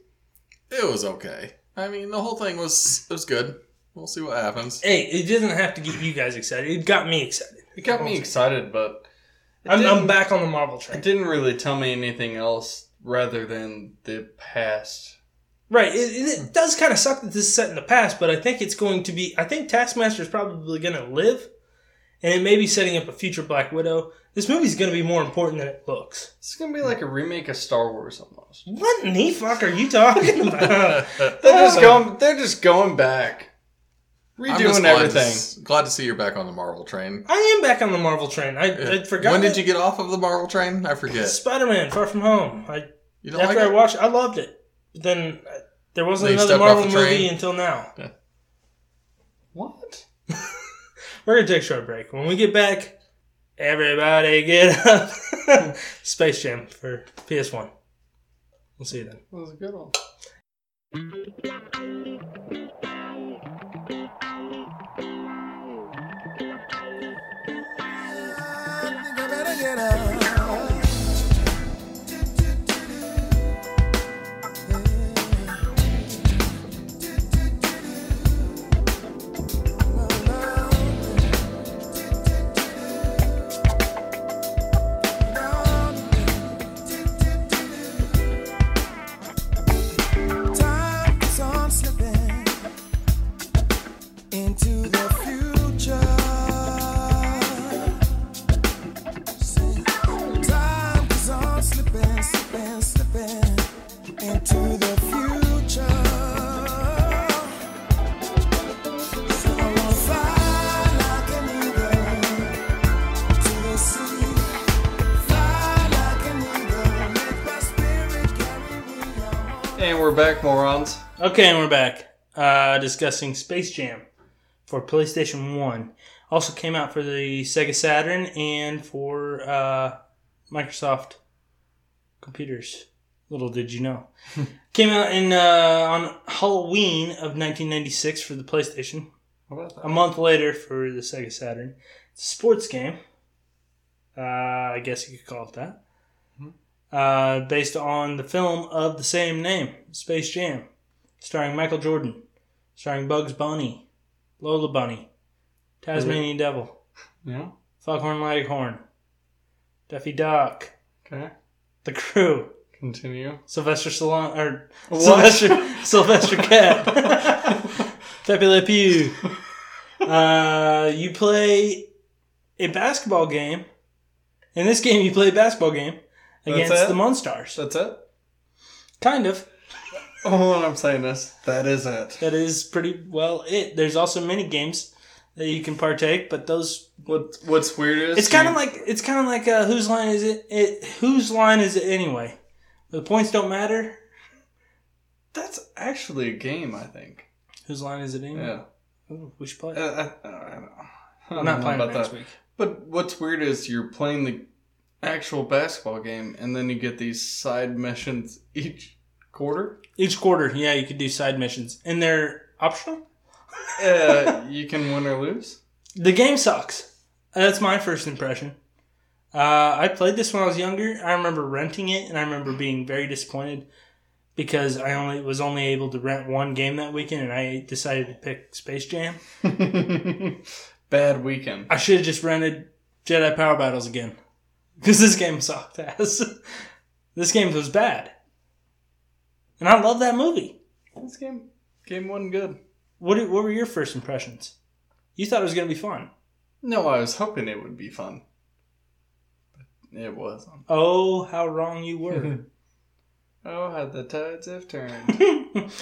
[SPEAKER 3] it was okay. I mean, the whole thing was it was good. We'll see what
[SPEAKER 1] <laughs>
[SPEAKER 3] happens.
[SPEAKER 1] Hey, it doesn't have to get you guys excited. It got me excited.
[SPEAKER 2] It got me excited, but it
[SPEAKER 1] I'm, I'm
[SPEAKER 2] didn't-
[SPEAKER 1] back on the Marvel train.
[SPEAKER 2] It didn't really tell me anything else rather than the past.
[SPEAKER 1] Right. It, it,
[SPEAKER 3] Hmm.
[SPEAKER 1] it does kind of suck that this is set in the past, but I think it's going to be. I think Taskmaster is probably going to live, and it may be setting up a future Black Widow. This movie's going to be more important than it looks.
[SPEAKER 2] It's gonna be like a remake of Star Wars almost.
[SPEAKER 1] What in the fuck are you
[SPEAKER 3] <laughs>
[SPEAKER 1] talking about?
[SPEAKER 2] They're just going. They're just going back,
[SPEAKER 3] I'm just
[SPEAKER 2] redoing
[SPEAKER 3] glad to
[SPEAKER 2] everything.
[SPEAKER 3] s- glad to see you're back on the Marvel train.
[SPEAKER 1] I am back on the Marvel train. I, I forgot.
[SPEAKER 3] When did
[SPEAKER 1] that-
[SPEAKER 3] you get off of the Marvel train? I forget.
[SPEAKER 1] Spider Man Far From Home. I,
[SPEAKER 3] You don't
[SPEAKER 1] after I
[SPEAKER 3] like it?
[SPEAKER 1] watched, I loved it. But then uh, there wasn't
[SPEAKER 3] Then you
[SPEAKER 1] another
[SPEAKER 3] stepped off
[SPEAKER 1] Marvel
[SPEAKER 3] the train.
[SPEAKER 1] movie until now.
[SPEAKER 2] What?
[SPEAKER 1] We're gonna take a short break. When we get back, everybody get <laughs> up. Space Jam for PS One. We'll see you then.
[SPEAKER 2] That was a good one.
[SPEAKER 4] You better get up. Time is on slipping into the future. Time is on slipping, slipping, slipping into the future. So I will fly like an eagle to the sea. Fly like an eagle, make my spirit carry me on.
[SPEAKER 2] And we're back, morons.
[SPEAKER 1] Okay, and we're back uh, discussing Space Jam for PlayStation 1. Also came out for the Sega Saturn and for uh, Microsoft computers. Little did you know. came out in uh, on Halloween of 1996 for the PlayStation.
[SPEAKER 2] What Um, about
[SPEAKER 1] A month later for the Sega Saturn. It's a sports game. Uh, I guess you could call it that. Uh, based on the film of the same name, Space Jam, starring Michael Jordan, starring Bugs Bunny, Lola Bunny, Tasmanian Devil,
[SPEAKER 2] Yeah.
[SPEAKER 1] Foghorn Leghorn, Daffy Duck,
[SPEAKER 2] Okay.
[SPEAKER 1] The Crew,
[SPEAKER 2] <laughs> Continue.
[SPEAKER 1] Sylvester Stallone, or
[SPEAKER 2] What?
[SPEAKER 1] Sylvester <laughs> Sylvester
[SPEAKER 2] <laughs>
[SPEAKER 1] Cat, Pepe Le Pew. Uh, you play a basketball game. In this game, you play a basketball game
[SPEAKER 2] That's
[SPEAKER 1] against
[SPEAKER 2] it?
[SPEAKER 1] the Monstars.
[SPEAKER 2] That's it.
[SPEAKER 1] Kind of.
[SPEAKER 2] Oh, and I'm saying this. That is it.
[SPEAKER 1] That is pretty well it. There's also mini games that you can partake, but those
[SPEAKER 2] What What's weird is
[SPEAKER 1] it's kind of
[SPEAKER 2] you-
[SPEAKER 1] like it's kind of like uh, whose line is it? It whose line is it anyway? The points don't matter.
[SPEAKER 2] that's actually a game. I think.
[SPEAKER 1] Whose line is it anyway?
[SPEAKER 2] Yeah.
[SPEAKER 1] Ooh, we should play. it.
[SPEAKER 2] I, I, I don't know. I
[SPEAKER 1] I'm
[SPEAKER 2] don't
[SPEAKER 1] not
[SPEAKER 2] know
[SPEAKER 1] playing it
[SPEAKER 2] about
[SPEAKER 1] next
[SPEAKER 2] that.
[SPEAKER 1] week.
[SPEAKER 2] But what's weird is you're playing the actual basketball game, and then you get these side missions each quarter.
[SPEAKER 1] Each quarter, yeah, you could do side missions, and they're optional.
[SPEAKER 2] <laughs> Uh, you can win or lose. <laughs>
[SPEAKER 1] The game sucks. That's my first impression. Uh, I played this when I was younger. I remember renting it, and I remember being very disappointed because I only was only able to rent one game that weekend, and I decided to pick Space Jam.
[SPEAKER 2] Bad weekend.
[SPEAKER 1] I should have just rented Jedi Power Battles again because this game sucked ass. <laughs> this game was bad, and I love that movie.
[SPEAKER 2] This game game wasn't good.
[SPEAKER 1] What what were your first impressions? You thought it was gonna be fun.
[SPEAKER 2] No, I was hoping it would be fun. But it wasn't.
[SPEAKER 1] Oh, how wrong you were.
[SPEAKER 2] Oh, how the tides have <laughs> turned.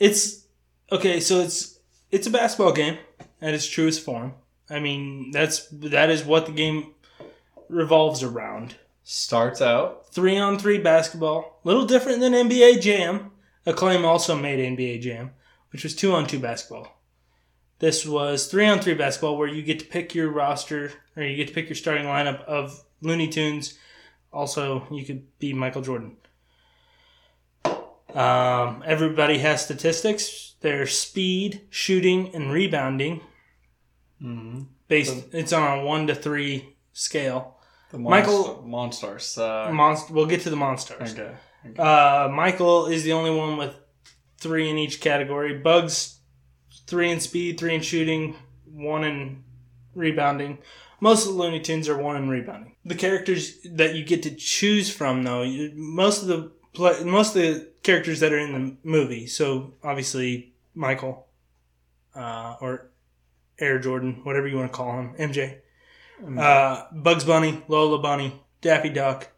[SPEAKER 1] it's okay, so it's it's a basketball game at its truest form. I mean, that's that is what the game revolves around.
[SPEAKER 2] starts out.
[SPEAKER 1] Three on three basketball, little different than NBA Jam. Acclaim also made NBA Jam, which was two on two basketball. This was three on three basketball where you get to pick your roster or you get to pick your starting lineup of Looney Tunes. Also, you could be Michael Jordan. Um, everybody has statistics. Their speed, shooting, and rebounding. Based, it's on a one to three scale.
[SPEAKER 2] The
[SPEAKER 1] Michael-
[SPEAKER 2] Monster Monstars suck.
[SPEAKER 1] Monst- we'll get to the monsters.
[SPEAKER 2] okay.
[SPEAKER 1] Uh, Michael is the only one with three in each category. Bugs, three in speed, three in shooting, one in rebounding. Most of the Looney Tunes are one in rebounding. The characters that you get to choose from, though, you, most of the play, most of the characters that are in the movie. So obviously Michael, uh, or Air Jordan, whatever you want to call him, MJ, uh, Bugs Bunny, Lola Bunny, Daffy Duck,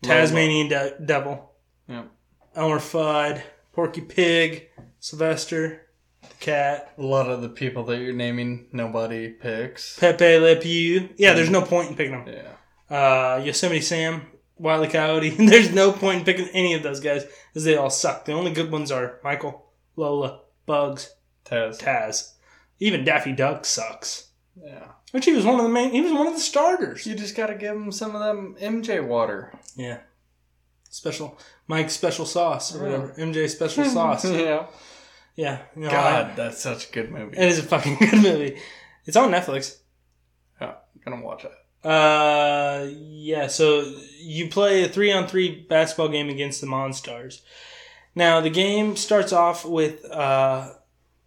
[SPEAKER 1] Tasmanian de- Devil.
[SPEAKER 2] Yep.
[SPEAKER 1] Elmer Fudd, Porky Pig, Sylvester, the cat,
[SPEAKER 2] A lot of the people that you're naming, nobody picks.
[SPEAKER 1] Pepe Le Pew. Yeah, there's no point in picking them.
[SPEAKER 2] Yeah.
[SPEAKER 1] Uh, Yosemite Sam, Wile E. Coyote. <laughs> there's no point in picking any of those guys because they all suck. The only good ones are Michael, Lola, Bugs,
[SPEAKER 2] Taz.
[SPEAKER 1] Taz. Even Daffy Duck sucks.
[SPEAKER 2] Yeah.
[SPEAKER 1] Which he was one of the main. He was one of the starters.
[SPEAKER 2] You just gotta give them some of them MJ water.
[SPEAKER 1] Yeah. Special Mike's special sauce or whatever. MJ
[SPEAKER 2] <laughs>
[SPEAKER 1] special sauce.
[SPEAKER 2] yeah.
[SPEAKER 1] Yeah. you know,
[SPEAKER 2] God,
[SPEAKER 1] I-
[SPEAKER 2] that's such a good movie.
[SPEAKER 1] it is a fucking <laughs> good movie. It's on Netflix.
[SPEAKER 2] Yeah, gonna watch it.
[SPEAKER 1] Uh, yeah. So you play a three on three basketball game against the Monstars. Now the game starts off with uh,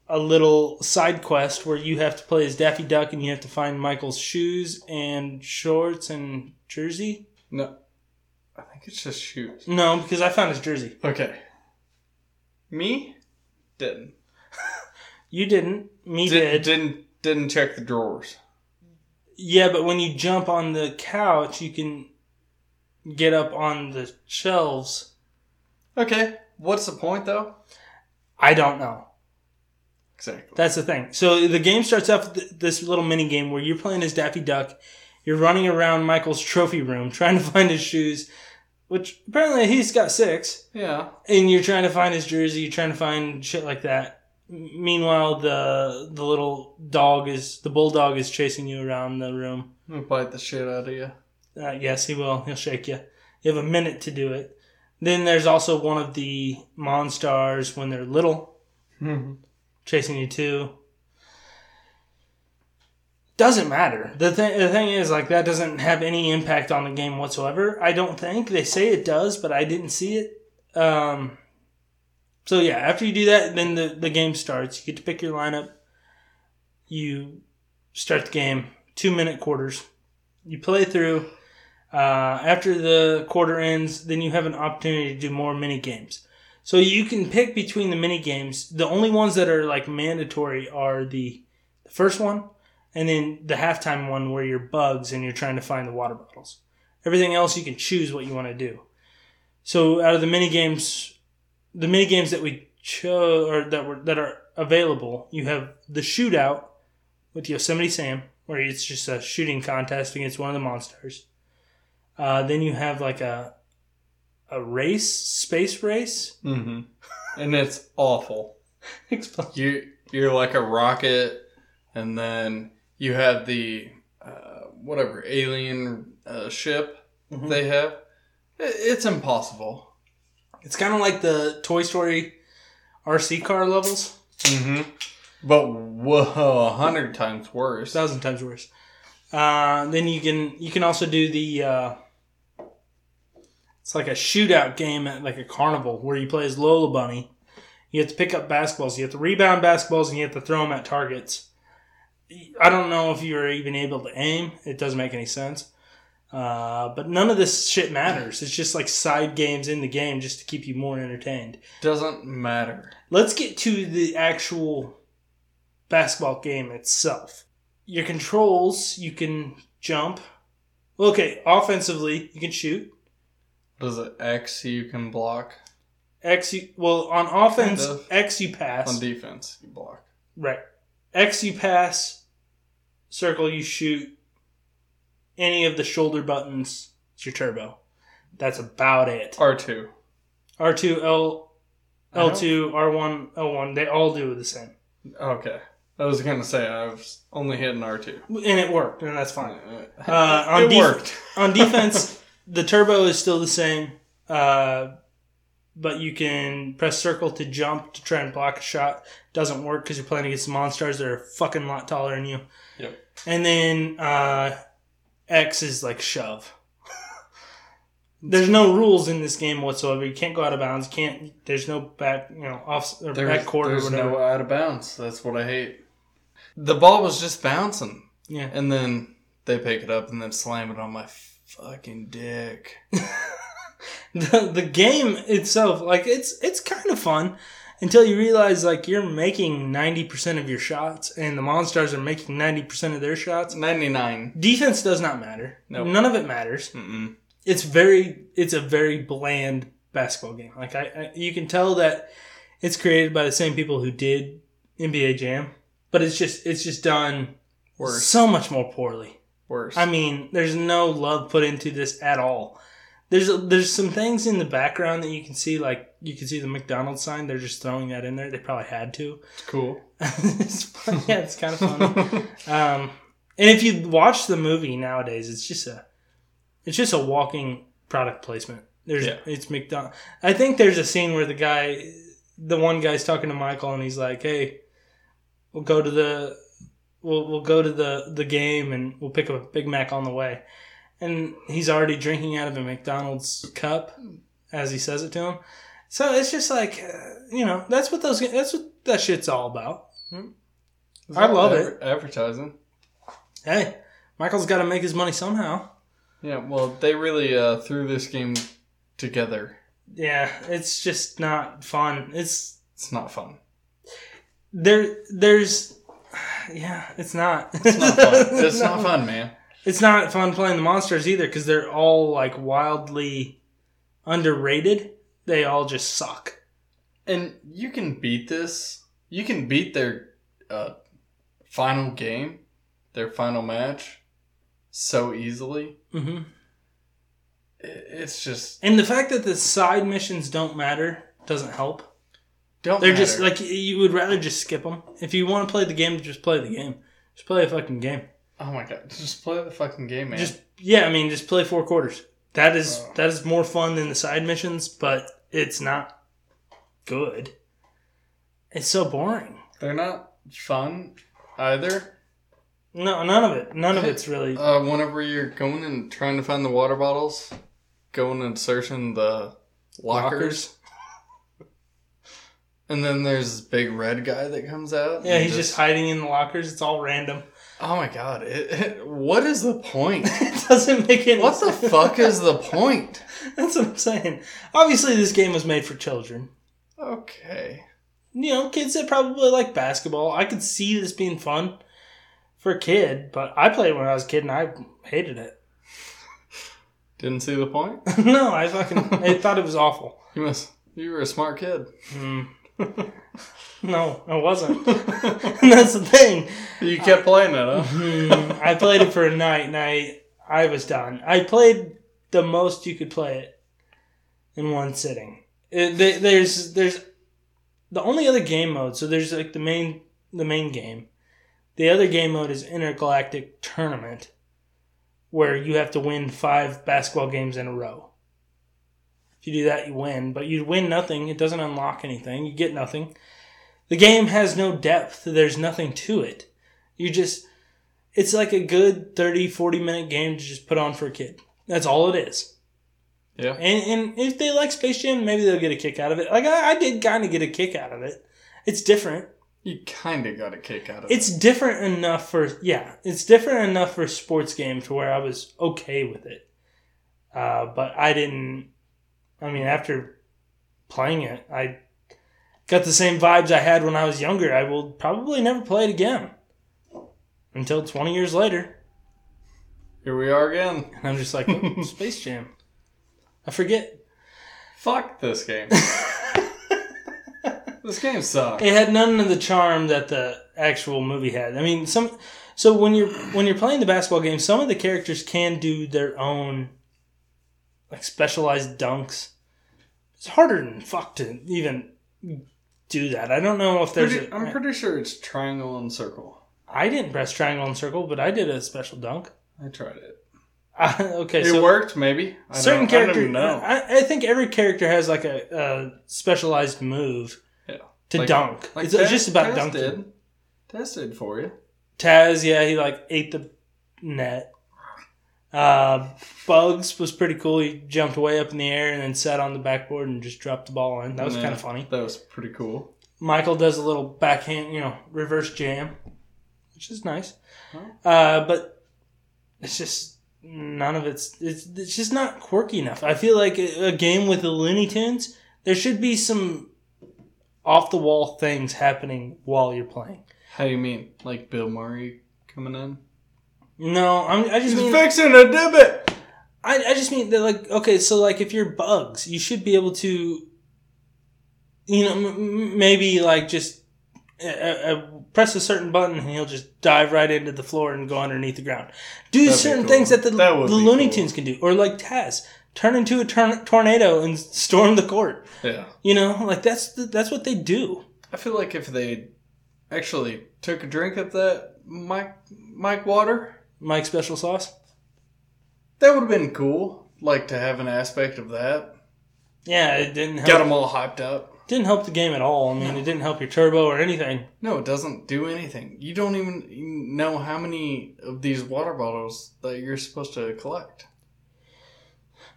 [SPEAKER 1] a little side quest where you have to play as Daffy Duck and you have to find Michael's shoes and shorts and jersey.
[SPEAKER 2] No. I think it's just shoes.
[SPEAKER 1] No, because I found his jersey.
[SPEAKER 2] Okay. Me? Didn't.
[SPEAKER 1] You didn't. Me
[SPEAKER 2] Did,
[SPEAKER 1] did.
[SPEAKER 2] didn't didn't check the drawers.
[SPEAKER 1] Yeah, but when you jump on the couch, you can get up on the shelves.
[SPEAKER 2] Okay. What's the point though?
[SPEAKER 1] I don't know.
[SPEAKER 2] Exactly.
[SPEAKER 1] That's the thing. So the game starts off with th- this little mini game where you're playing as Daffy Duck. You're running around Michael's trophy room <laughs> trying to find his shoes, which apparently he's got six,
[SPEAKER 2] yeah.
[SPEAKER 1] and you're trying to find his jersey. You're trying to find shit like that. M- Meanwhile, the the little dog is the bulldog is chasing you around the room.
[SPEAKER 2] I'm gonna bite the shit out of you.
[SPEAKER 1] Uh, yes, he will. He'll shake you. You have a minute to do it. Then there's also one of the monstars when they're little chasing you too. Doesn't matter. The thing, the thing is, like that doesn't have any impact on the game whatsoever. I don't think they say it does, but I didn't see it. Um, so yeah, after you do that, then the the game starts. You get to pick your lineup. You start the game. Two minute quarters. You play through. Uh, after the quarter ends, then you have an opportunity to do more mini games. So you can pick between the mini games. The only ones that are like mandatory are the, the first one and then the halftime one where you're bugs and you're trying to find the water bottles. Everything else you can choose what you want to do. So out of the mini games, the mini games that we chose or that were that are available, you have the shootout with Yosemite Sam, where it's just a shooting contest against one of the monsters. Uh, then you have like a a race, space race.
[SPEAKER 2] Mm-hmm. <laughs> And it's awful.
[SPEAKER 1] Explain.
[SPEAKER 2] You you're like a rocket, and then you have the uh, whatever alien uh, ship they have. I- It's impossible.
[SPEAKER 1] It's kind of like the Toy Story RC car levels,
[SPEAKER 2] Mm-hmm. But whoa, a hundred times worse.
[SPEAKER 1] a thousand times worse. Uh, then you can you can also do the uh, it's like a shootout game at like a carnival where you play as Lola Bunny. You have to pick up basketballs, you have to rebound basketballs, and you have to throw them at targets. I don't know if you're even able to aim. It doesn't make any sense. Uh, but none of this shit matters. It's just like side games in the game just to keep you more entertained.
[SPEAKER 2] Doesn't matter.
[SPEAKER 1] Let's get to the actual basketball game itself. Your controls, you can jump. Okay, offensively, you can shoot.
[SPEAKER 2] Does it X you can block
[SPEAKER 1] X, you, well, on offense,
[SPEAKER 2] Kind of.
[SPEAKER 1] X you pass.
[SPEAKER 2] on defense? You block.
[SPEAKER 1] Right. X you pass, circle you shoot, any of the shoulder buttons It's your turbo. That's about it.
[SPEAKER 2] R two.
[SPEAKER 1] R two L
[SPEAKER 2] I don't-
[SPEAKER 1] L two R one L one. They all do the same,
[SPEAKER 2] Okay. I was gonna say I was only hitting R two.
[SPEAKER 1] and it worked, and that's fine.
[SPEAKER 2] Uh,
[SPEAKER 1] Uh, on
[SPEAKER 2] it
[SPEAKER 1] def-
[SPEAKER 2] worked.
[SPEAKER 1] on defense, <laughs> the turbo is still the same, uh, but you can press circle to jump to try and block a shot. Doesn't work because you're playing against monsters that are a fucking lot taller than you.
[SPEAKER 2] Yep.
[SPEAKER 1] And then uh, X is like shove. <laughs> There's no rules in this game whatsoever. You can't go out of bounds. Can't. There's no back. You know, off or
[SPEAKER 2] There's,
[SPEAKER 1] back court or
[SPEAKER 2] there's
[SPEAKER 1] whatever.
[SPEAKER 2] no out of bounds. That's what I hate. The ball was just bouncing,
[SPEAKER 1] yeah.
[SPEAKER 2] and then they pick it up and then slam it on my fucking dick.
[SPEAKER 1] <laughs> the, the game itself like it's it's kind of fun until you realize like you're making 90% of your shots and the monsters are making 90% of their shots
[SPEAKER 2] Ninety nine.
[SPEAKER 1] defense does not matter
[SPEAKER 2] Nope.
[SPEAKER 1] none of it matters
[SPEAKER 2] Mm-mm.
[SPEAKER 1] it's very it's a very bland basketball game like I, I you can tell that it's created by the same people who did nba jam but it's just it's just done
[SPEAKER 2] Worse.
[SPEAKER 1] so much more poorly
[SPEAKER 2] Worse.
[SPEAKER 1] I mean, there's no love put into this at all. There's there's some things in the background that you can see, like you can see the McDonald's sign. They're just throwing that in there. They probably had to. <laughs>
[SPEAKER 2] it's <laughs> cool.
[SPEAKER 1] it's fun. Yeah, it's kind of funny. um, and if you watch the movie nowadays, it's just a it's just a walking product placement. There's
[SPEAKER 2] Yeah.
[SPEAKER 1] it's McDonald. I think there's a scene where the guy, the one guy's talking to Michael, and he's like, "Hey, we'll go to the." We'll, we'll go to the, the game and we'll pick up a Big Mac on the way. And he's already drinking out of a McDonald's cup as he says it to him. So it's just like, uh, you know, that's what those that's what that shit's all about.
[SPEAKER 2] <laughs>
[SPEAKER 1] I love it.
[SPEAKER 2] Advertising.
[SPEAKER 1] Hey, Michael's got to make his money somehow.
[SPEAKER 2] Yeah. Well, they really uh, threw this game together.
[SPEAKER 1] Yeah, it's just not fun. It's
[SPEAKER 2] It's not fun.
[SPEAKER 1] there. There's yeah, it's not. It's
[SPEAKER 2] It's not
[SPEAKER 1] <laughs>
[SPEAKER 2] fun. It's not fun, man.
[SPEAKER 1] It's not fun playing the monsters either because they're all like wildly underrated. They all just suck.
[SPEAKER 2] And you can beat this. You can beat their uh, final game, their final match, so easily.
[SPEAKER 1] hmm
[SPEAKER 2] I- It's just
[SPEAKER 1] And the fact that the side missions don't matter doesn't help.
[SPEAKER 2] don't.
[SPEAKER 1] They're just
[SPEAKER 2] matter.
[SPEAKER 1] like you would rather just skip them. If you want to play the game, just play the game. Just play a fucking game.
[SPEAKER 2] oh my god, just play the fucking game, man.
[SPEAKER 1] Just yeah, I mean, just play four quarters. That is
[SPEAKER 2] Oh.
[SPEAKER 1] that is more fun than the side missions, but it's not good. It's so boring.
[SPEAKER 2] They're not fun either.
[SPEAKER 1] No, none of it. None of it's really.
[SPEAKER 2] <laughs> Uh, whenever you're going and trying to find the water bottles, going and searching the lockers. And then there's this big red guy that comes out.
[SPEAKER 1] Yeah,
[SPEAKER 2] and
[SPEAKER 1] he's just hiding in the lockers. It's all random. <laughs>
[SPEAKER 2] Oh my god! It, it, what is the point?
[SPEAKER 1] it doesn't make any.
[SPEAKER 2] What the
[SPEAKER 1] sense.
[SPEAKER 2] fuck is the point?
[SPEAKER 1] <laughs> That's what I'm saying. Obviously, this game was made for children.
[SPEAKER 2] Okay.
[SPEAKER 1] you know, kids that probably like basketball. I could see this being fun for a kid, but I played when I was a kid and I hated it. <laughs>
[SPEAKER 2] Didn't see the point?
[SPEAKER 1] no, I fucking I thought it was awful.
[SPEAKER 2] You must you were a smart kid. <laughs>
[SPEAKER 1] Hmm. <laughs> no, I wasn't. and <laughs> that's the thing.
[SPEAKER 2] You kept playing it, huh?
[SPEAKER 1] Hmm, I played it for a night and I I was done. I played the most you could play it in one sitting. It, there- there's there's the only other game mode. So there's like the main the main game. The other game mode is intergalactic tournament, where you have to win five basketball games in a row. If you do that, you win. But you win nothing. It doesn't unlock anything. You get nothing. The game has no depth. There's nothing to it. You just it's like a good 30 40 minute game to just put on for a kid that's all it is
[SPEAKER 2] Yeah.
[SPEAKER 1] and, and if they like space jam maybe they'll get a kick out of it like i, I did kind of get a kick out of it it's different
[SPEAKER 2] You kind of got a kick out of it.
[SPEAKER 1] it's different enough for yeah it's different enough for a sports game to where i was okay with it uh, but i didn't i mean after playing it i got the same vibes i had when i was younger i will probably never play it again until 20 years later
[SPEAKER 2] Here we are again.
[SPEAKER 1] And I'm
[SPEAKER 2] <laughs>
[SPEAKER 1] just like, "Oh, Space Jam. I forget.
[SPEAKER 2] Fuck this
[SPEAKER 1] <laughs>
[SPEAKER 2] game. this game sucks.
[SPEAKER 1] It had none of the charm that the actual movie had. I mean, some. So when you're when you're playing the basketball game, some of the characters can do their own like specialized dunks. It's harder than fuck to even do that. I don't know if there's.
[SPEAKER 2] Pretty-
[SPEAKER 1] a-
[SPEAKER 2] I'm pretty sure it's triangle and circle.
[SPEAKER 1] I didn't press triangle and circle, but I did a special dunk. <laughs>
[SPEAKER 2] I tried it.
[SPEAKER 1] Uh, okay,
[SPEAKER 2] It
[SPEAKER 1] so
[SPEAKER 2] worked, maybe. I
[SPEAKER 1] certain
[SPEAKER 2] don't- I don't
[SPEAKER 1] character.
[SPEAKER 2] even know.
[SPEAKER 1] I, I think every character has like a, a specialized move
[SPEAKER 2] Yeah.
[SPEAKER 1] to
[SPEAKER 2] Like-
[SPEAKER 1] dunk.
[SPEAKER 2] Like
[SPEAKER 1] it's, it's just about
[SPEAKER 2] Taz
[SPEAKER 1] dunking.
[SPEAKER 2] Did. Taz did for you.
[SPEAKER 1] Taz, yeah, he like ate the net. Uh, Bugs was pretty cool. He jumped way up in the air and then sat on the backboard and just dropped the ball in. That was
[SPEAKER 2] Yeah,
[SPEAKER 1] kind of funny.
[SPEAKER 2] That was pretty cool.
[SPEAKER 1] Michael does a little backhand, you know, reverse jam, which is nice. Uh, but it's just none of it's, it's it's just not quirky enough. I feel like a, a game with the Looney Tunes, there should be some off the wall things happening while you're playing.
[SPEAKER 2] How you mean? Like Bill Murray coming in?
[SPEAKER 1] No, I'm, I just
[SPEAKER 2] He's
[SPEAKER 1] mean,
[SPEAKER 2] fixing a dibbit.
[SPEAKER 1] I, I just mean that like okay so like if you're bugs you should be able to you know m- m- maybe like just uh, uh, press a certain button and he'll just dive right into the floor and go underneath the ground do
[SPEAKER 2] That'd be
[SPEAKER 1] certain
[SPEAKER 2] cool.
[SPEAKER 1] things that the,
[SPEAKER 2] That would
[SPEAKER 1] the
[SPEAKER 2] be
[SPEAKER 1] looney
[SPEAKER 2] cool.
[SPEAKER 1] tunes can do or like taz turn into a torn tornado and storm the court
[SPEAKER 2] Yeah.
[SPEAKER 1] you know like that's the, that's what they do
[SPEAKER 2] I feel like if they actually took a drink of that Mike Mike water,
[SPEAKER 1] mike special sauce
[SPEAKER 2] that would have been cool. Like to have an aspect of that.
[SPEAKER 1] yeah it didn't help
[SPEAKER 2] Got them all hyped up.
[SPEAKER 1] didn't help the game at all i mean it didn't help your turbo or anything
[SPEAKER 2] No, it doesn't do anything. You don't even know how many of these water bottles that you're supposed to collect.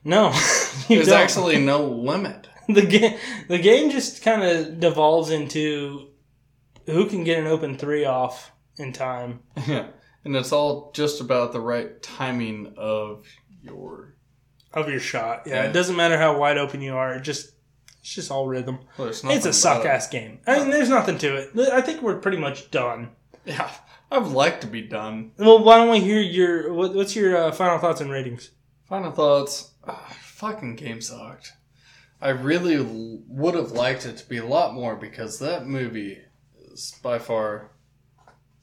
[SPEAKER 1] no <laughs> you
[SPEAKER 2] There's
[SPEAKER 1] don't.
[SPEAKER 2] actually <laughs> no limit.
[SPEAKER 1] the game the game just kind of devolves into who can get an open three off in time.
[SPEAKER 2] Yeah. And it's all just about the right timing of your.
[SPEAKER 1] Of your shot, yeah.
[SPEAKER 2] Yeah.
[SPEAKER 1] It doesn't matter how wide open you are. It just it's just all rhythm.
[SPEAKER 2] Well, there's
[SPEAKER 1] it's
[SPEAKER 2] nothing
[SPEAKER 1] a suck
[SPEAKER 2] about it.
[SPEAKER 1] ass game. I mean, there's nothing to it. I think we're pretty much done.
[SPEAKER 2] Yeah. I'd like to be done.
[SPEAKER 1] Well, why don't we hear your what, what's your uh, final thoughts and ratings?
[SPEAKER 2] Final thoughts. Ah, fucking game sucked. I really l- would have liked it to be a lot more because that movie is by far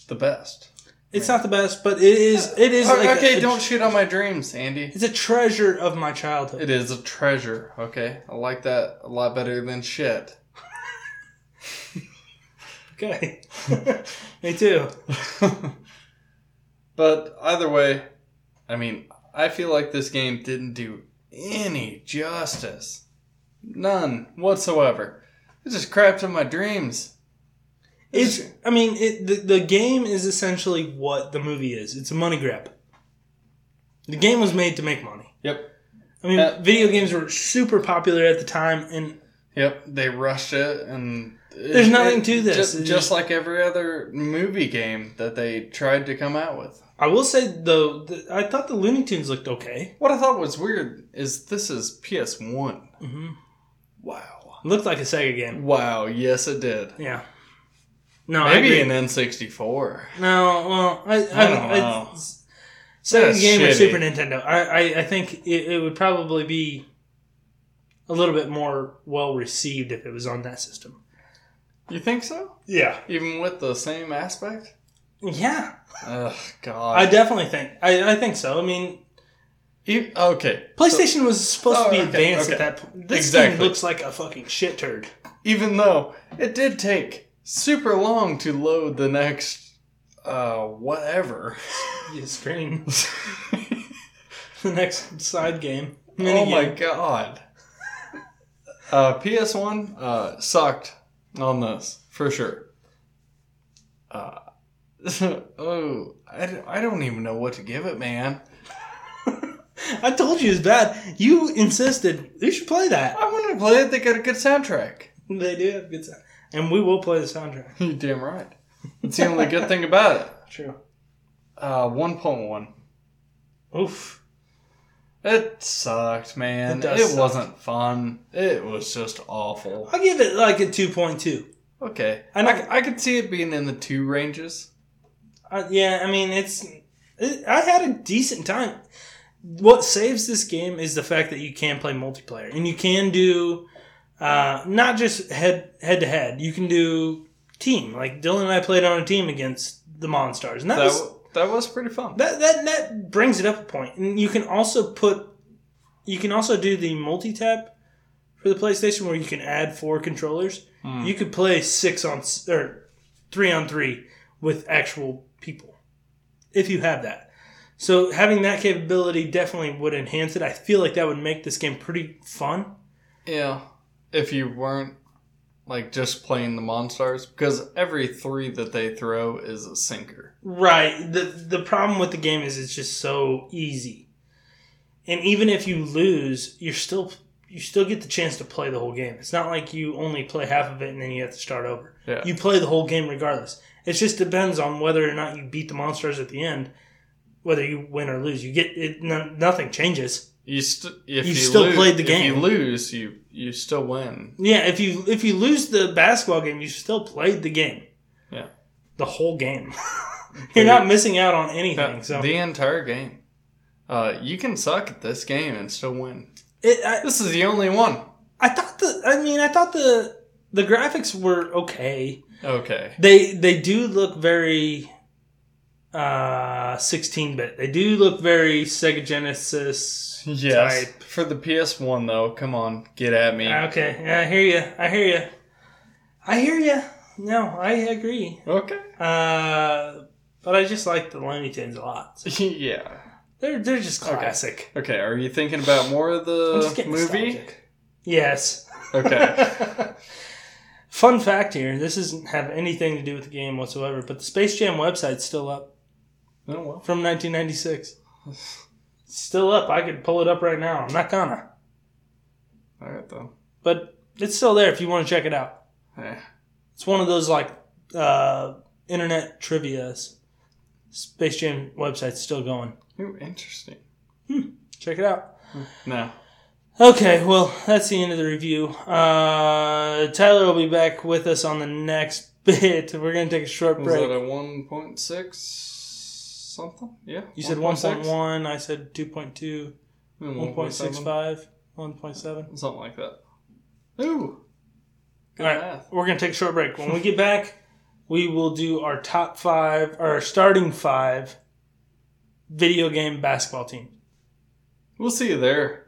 [SPEAKER 2] the best.
[SPEAKER 1] It's not the best, but it is it is like a-
[SPEAKER 2] okay,
[SPEAKER 1] a-
[SPEAKER 2] don't shit on my dreams, Andy.
[SPEAKER 1] It's a treasure of my childhood.
[SPEAKER 2] It is a treasure, okay? I like that a lot better than shit. <laughs>
[SPEAKER 1] Okay, <laughs> me too.
[SPEAKER 2] but either way, I mean, I feel like this game didn't do any justice. None whatsoever. It just crapped on my dreams.
[SPEAKER 1] It's. I mean, it, the the game is essentially what the movie is. It's a money grab. The game was made to make money.
[SPEAKER 2] Yep.
[SPEAKER 1] I mean,
[SPEAKER 2] Uh,
[SPEAKER 1] video games were super popular at the time, and
[SPEAKER 2] Yep, they rushed it, and it-
[SPEAKER 1] There's nothing to this.
[SPEAKER 2] Just,
[SPEAKER 1] It's
[SPEAKER 2] just
[SPEAKER 1] just-
[SPEAKER 2] like every other movie game that they tried to come out with.
[SPEAKER 1] I will say though, th I thought the Looney Tunes looked okay.
[SPEAKER 2] What I thought was weird is this is PS One.
[SPEAKER 1] Mhm.
[SPEAKER 2] Wow.
[SPEAKER 1] Looked like a Sega game.
[SPEAKER 2] Wow. Yes, it did.
[SPEAKER 1] Yeah. No, I
[SPEAKER 2] Maybe an
[SPEAKER 1] agree.
[SPEAKER 2] N sixty four.
[SPEAKER 1] No, well, I, I,
[SPEAKER 2] I don't
[SPEAKER 1] I-
[SPEAKER 2] know.
[SPEAKER 1] s- Sega
[SPEAKER 2] That's
[SPEAKER 1] game or
[SPEAKER 2] shitty.
[SPEAKER 1] Super Nintendo. I, I, I think it, it would probably be a little bit more well received if it was on that system.
[SPEAKER 2] You think so?
[SPEAKER 1] Yeah.
[SPEAKER 2] Even with the same aspect?
[SPEAKER 1] Yeah.
[SPEAKER 2] Ugh,
[SPEAKER 1] I
[SPEAKER 2] God.
[SPEAKER 1] definitely think. I, I think so. I mean,
[SPEAKER 2] E- okay.
[SPEAKER 1] PlayStation was supposed
[SPEAKER 2] Oh,
[SPEAKER 1] to be
[SPEAKER 2] okay,
[SPEAKER 1] advanced
[SPEAKER 2] okay.
[SPEAKER 1] at that point. This game
[SPEAKER 2] Exactly.
[SPEAKER 1] looks like a fucking shit turd.
[SPEAKER 2] Even though it did take super long to load the next, uh, whatever. <laughs>
[SPEAKER 1] You screen <laughs> the next side game.
[SPEAKER 2] oh
[SPEAKER 1] Mini
[SPEAKER 2] my
[SPEAKER 1] game.
[SPEAKER 2] god. Uh, PS1 uh, sucked on this, for sure. Uh, <laughs> oh, I, d- I don't even know what to give it, man.
[SPEAKER 1] I told you it's bad. You insisted. You should play that.
[SPEAKER 2] I want to play it, they got a good soundtrack. <laughs>
[SPEAKER 1] They do have good sound, and we will play the soundtrack.
[SPEAKER 2] you damn right. It's the only good thing about it.
[SPEAKER 1] True.
[SPEAKER 2] Uh, 1.1.
[SPEAKER 1] Oof.
[SPEAKER 2] It sucked,
[SPEAKER 1] It
[SPEAKER 2] man. It,
[SPEAKER 1] does suck.
[SPEAKER 2] wasn't fun. It was just awful.
[SPEAKER 1] I give it like a two point two.
[SPEAKER 2] Okay.
[SPEAKER 1] I
[SPEAKER 2] I,
[SPEAKER 1] know-
[SPEAKER 2] I, could see it being in the two ranges.
[SPEAKER 1] Uh, yeah, I mean it's. It, I had a decent time. What saves this game is the fact that you can play multiplayer and you can do uh, not just head head to head. You can do team. Like Dylan and I played on a team against the Monstars, and that,
[SPEAKER 2] That,
[SPEAKER 1] was,
[SPEAKER 2] w- that was pretty fun.
[SPEAKER 1] that that that brings it up a point. And you can also put You can also do the multi tap for the PlayStation, where you can add four controllers. You could play six on s- or three on three with actual people if you have that. So having that capability definitely would enhance it. I feel like that would make this game pretty fun.
[SPEAKER 2] Yeah. If you weren't like just playing the Monstars, because every three that they throw is a sinker.
[SPEAKER 1] Right. The the problem with the game is it's just so easy. And even if you lose, you're still you still get the chance to play the whole game. It's not like you only play half of it and then you have to start over.
[SPEAKER 2] Yeah.
[SPEAKER 1] You play the whole game regardless. It just depends on whether or not you beat the monsters at the end, whether you win or lose. You get it, no, nothing changes.
[SPEAKER 2] You st- if
[SPEAKER 1] You
[SPEAKER 2] you
[SPEAKER 1] still
[SPEAKER 2] lose-
[SPEAKER 1] played the
[SPEAKER 2] If
[SPEAKER 1] game.
[SPEAKER 2] you lose, you you still win.
[SPEAKER 1] Yeah, if you if you lose the basketball game, you still played the game.
[SPEAKER 2] Yeah.
[SPEAKER 1] The whole game. <laughs> You're not missing out on anything.
[SPEAKER 2] Yeah,
[SPEAKER 1] so
[SPEAKER 2] The entire game. Uh, you can suck at this game and still win.
[SPEAKER 1] it, I,
[SPEAKER 2] This is the only one.
[SPEAKER 1] I thought the I mean I thought the the graphics were okay.
[SPEAKER 2] Okay.
[SPEAKER 1] They they do look very uh 16 bit. They do look very Sega Genesis.
[SPEAKER 2] Yes.
[SPEAKER 1] Type.
[SPEAKER 2] For the PS1 though, come on, get at me.
[SPEAKER 1] Okay, yeah, I hear you. I hear you. I hear you. No, I agree.
[SPEAKER 2] okay. <laughs>
[SPEAKER 1] Uh but I just like the Looney Tunes a lot.
[SPEAKER 2] yeah.
[SPEAKER 1] They're they're just classic.
[SPEAKER 2] Okay. Are you thinking about more of
[SPEAKER 1] I'm just
[SPEAKER 2] the
[SPEAKER 1] getting
[SPEAKER 2] movie?
[SPEAKER 1] nostalgic. Yes. <laughs>
[SPEAKER 2] Okay.
[SPEAKER 1] Fun fact here: this doesn't have anything to do with the game whatsoever, but the Space Jam website's still up.
[SPEAKER 2] oh well.
[SPEAKER 1] from 1996. Still up. I could pull it up right now. I'm not gonna.
[SPEAKER 2] All right though.
[SPEAKER 1] But it's still there if you want to check it out.
[SPEAKER 2] Eh.
[SPEAKER 1] It's one of those like uh, internet trivia's. Space Jam website's still going.
[SPEAKER 2] Ooh, interesting.
[SPEAKER 1] Check it out.
[SPEAKER 2] No.
[SPEAKER 1] Okay, well, that's the end of the review. Uh, Tyler will be back with us on the next <laughs> bit. We're going to take a short
[SPEAKER 2] Was
[SPEAKER 1] break.
[SPEAKER 2] that a one point six something? Yeah.
[SPEAKER 1] You said
[SPEAKER 2] 1.6?
[SPEAKER 1] 1.1, I said 2.2,
[SPEAKER 2] Mm, 1.7,
[SPEAKER 1] 1.65, 1.7.
[SPEAKER 2] Something like that. Ooh. Good
[SPEAKER 1] All right,
[SPEAKER 2] math.
[SPEAKER 1] we're gonna take a short break. When we get back, we will do our top five, our starting five video game basketball teams.
[SPEAKER 2] We'll see you there.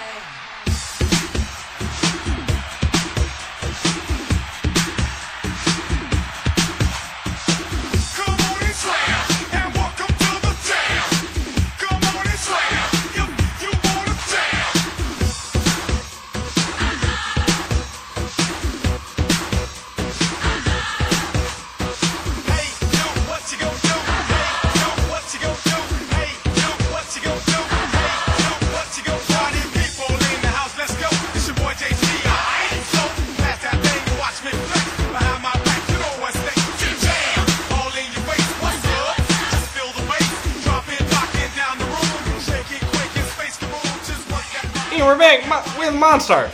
[SPEAKER 4] Come on and slam, and welcome to the jam. Come on and slam, if you wanna jam. Hey yo, what you gonna do? Hey yo, what you gonna do? Hey yo, what you gonna do? Hey yo, what you gonna party people in the house? Let's go. It's your boy JT. Alright, so pass that thing, watch me flex behind my back. You know what's next? Jam, all in your face. What's up? Just feel the weight, drop it, lock it down the room, shake it quick and space the room. Just work that.
[SPEAKER 2] And we're back mo- with Monster.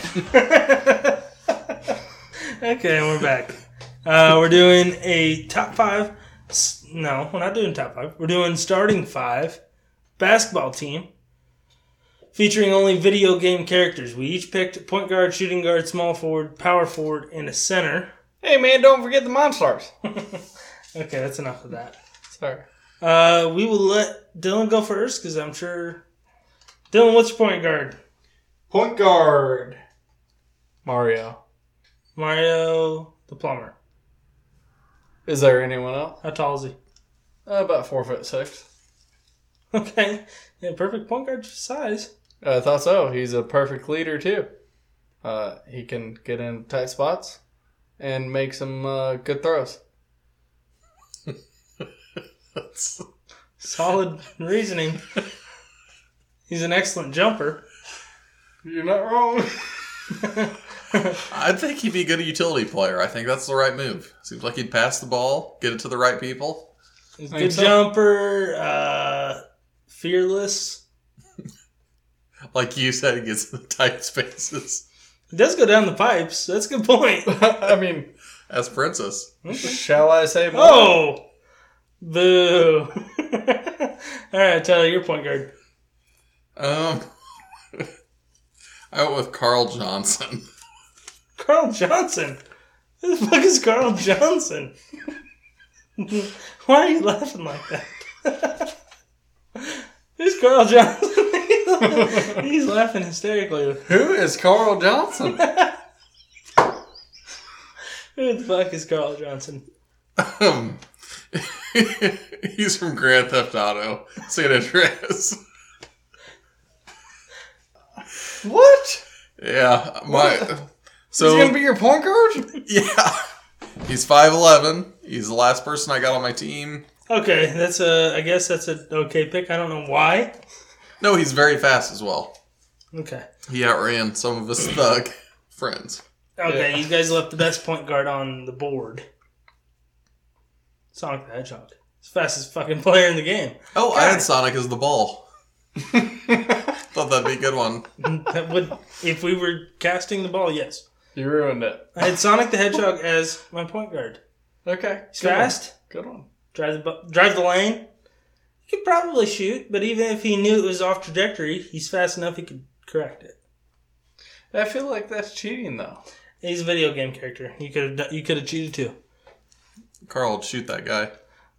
[SPEAKER 1] Okay, we're back. <laughs> Uh, we're doing a top five. s- No, we're not doing top five. We're doing starting five basketball team featuring only video game characters. We each picked point guard, shooting guard, small forward, power forward, and a center.
[SPEAKER 2] hey man, don't forget the Monstars.
[SPEAKER 1] Okay, that's enough of that.
[SPEAKER 2] Sorry.
[SPEAKER 1] Uh, we will let Dylan go first because I'm sure. Dylan, what's your point guard?
[SPEAKER 2] Point guard. <laughs> Mario.
[SPEAKER 1] Mario the plumber.
[SPEAKER 2] Is there anyone else?
[SPEAKER 1] How tall is he? <laughs>
[SPEAKER 2] Uh, about four foot six.
[SPEAKER 1] Okay, yeah, perfect point guard size.
[SPEAKER 2] I thought so. He's a perfect leader too. Uh, he can get in tight spots and make some uh, good throws. <laughs>
[SPEAKER 1] Solid reasoning. He's an excellent jumper.
[SPEAKER 2] You're not <laughs> wrong.
[SPEAKER 3] I think he'd be a good utility player. I think that's the right move. Seems like he'd pass the ball, get it to the right people.
[SPEAKER 1] He's a
[SPEAKER 2] I
[SPEAKER 1] good
[SPEAKER 2] think so.
[SPEAKER 1] jumper. Uh, fearless.
[SPEAKER 3] Like you said, he gets <laughs> in the tight spaces.
[SPEAKER 1] He does go down the pipes. That's a good
[SPEAKER 2] <laughs>
[SPEAKER 1] point.
[SPEAKER 2] I mean,
[SPEAKER 3] As Princess.
[SPEAKER 2] shall I say more?
[SPEAKER 1] Oh, boo! <laughs> All right, Tyler, your point guard.
[SPEAKER 3] Um, <laughs> out with Carl Johnson.
[SPEAKER 1] Carl Johnson. Who the fuck is Carl Johnson? Why are you laughing like that? Who's Carl Johnson? <laughs> He's laughing hysterically.
[SPEAKER 2] Who is Carl <laughs> Johnson?
[SPEAKER 1] Who the fuck is Carl Johnson?
[SPEAKER 3] Um, <laughs> he's from Grand Theft Auto, San Andreas. <laughs>
[SPEAKER 2] what?
[SPEAKER 3] Yeah, my. uh,
[SPEAKER 2] Is he
[SPEAKER 3] So
[SPEAKER 2] gonna be your point guard?
[SPEAKER 3] <laughs> yeah, he's five eleven. He's the last person I got on my team.
[SPEAKER 1] Okay, that's a. I guess that's a okay pick. I don't know why.
[SPEAKER 3] No, he's very fast as well.
[SPEAKER 1] Okay.
[SPEAKER 3] He outran some of his thug <laughs> friends.
[SPEAKER 1] Okay,
[SPEAKER 2] Yeah.
[SPEAKER 1] you guys left the best point guard on the board. Sonic the Hedgehog. It's the fastest fucking player in the game.
[SPEAKER 3] Oh, I had Sonic as
[SPEAKER 1] <laughs>
[SPEAKER 3] the ball. Thought that'd be a good one.
[SPEAKER 1] That would, if we were casting the ball, yes.
[SPEAKER 2] <laughs> You ruined it.
[SPEAKER 1] I had Sonic the Hedgehog as my point guard.
[SPEAKER 2] Okay.
[SPEAKER 1] He's
[SPEAKER 2] good one.
[SPEAKER 1] fast,
[SPEAKER 2] Good one.
[SPEAKER 1] drive the bu- drive the lane. He could probably shoot, but even if he knew it was off trajectory, he's fast enough he could correct it.
[SPEAKER 2] I feel like that's cheating though.
[SPEAKER 1] He's a video game character. You could have done- you could have cheated too. <laughs>
[SPEAKER 3] Carl would shoot that guy.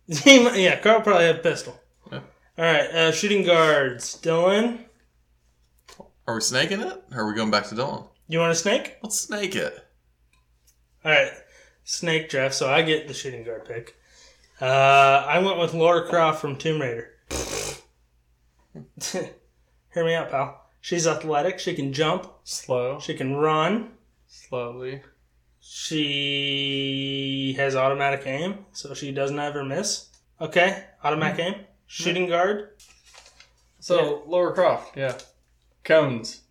[SPEAKER 1] He might- yeah, Carl probably had a pistol.
[SPEAKER 3] Yeah.
[SPEAKER 1] All right, uh, shooting guards. Dylan,
[SPEAKER 3] Are we snaking it? Or are we going back to Dylan?
[SPEAKER 1] you want a snake?
[SPEAKER 3] Let's snake it.
[SPEAKER 1] All right, snake draft. So I get the shooting guard pick. Uh, I went with Laura Croft from Tomb Raider. <laughs> Hear me out, pal. She's athletic. She can jump.
[SPEAKER 2] Slow.
[SPEAKER 1] She can run.
[SPEAKER 2] Slowly.
[SPEAKER 1] She has automatic aim, so she doesn't ever miss. Okay, automatic aim. Shooting guard.
[SPEAKER 2] So Laura Croft, yeah. Cones.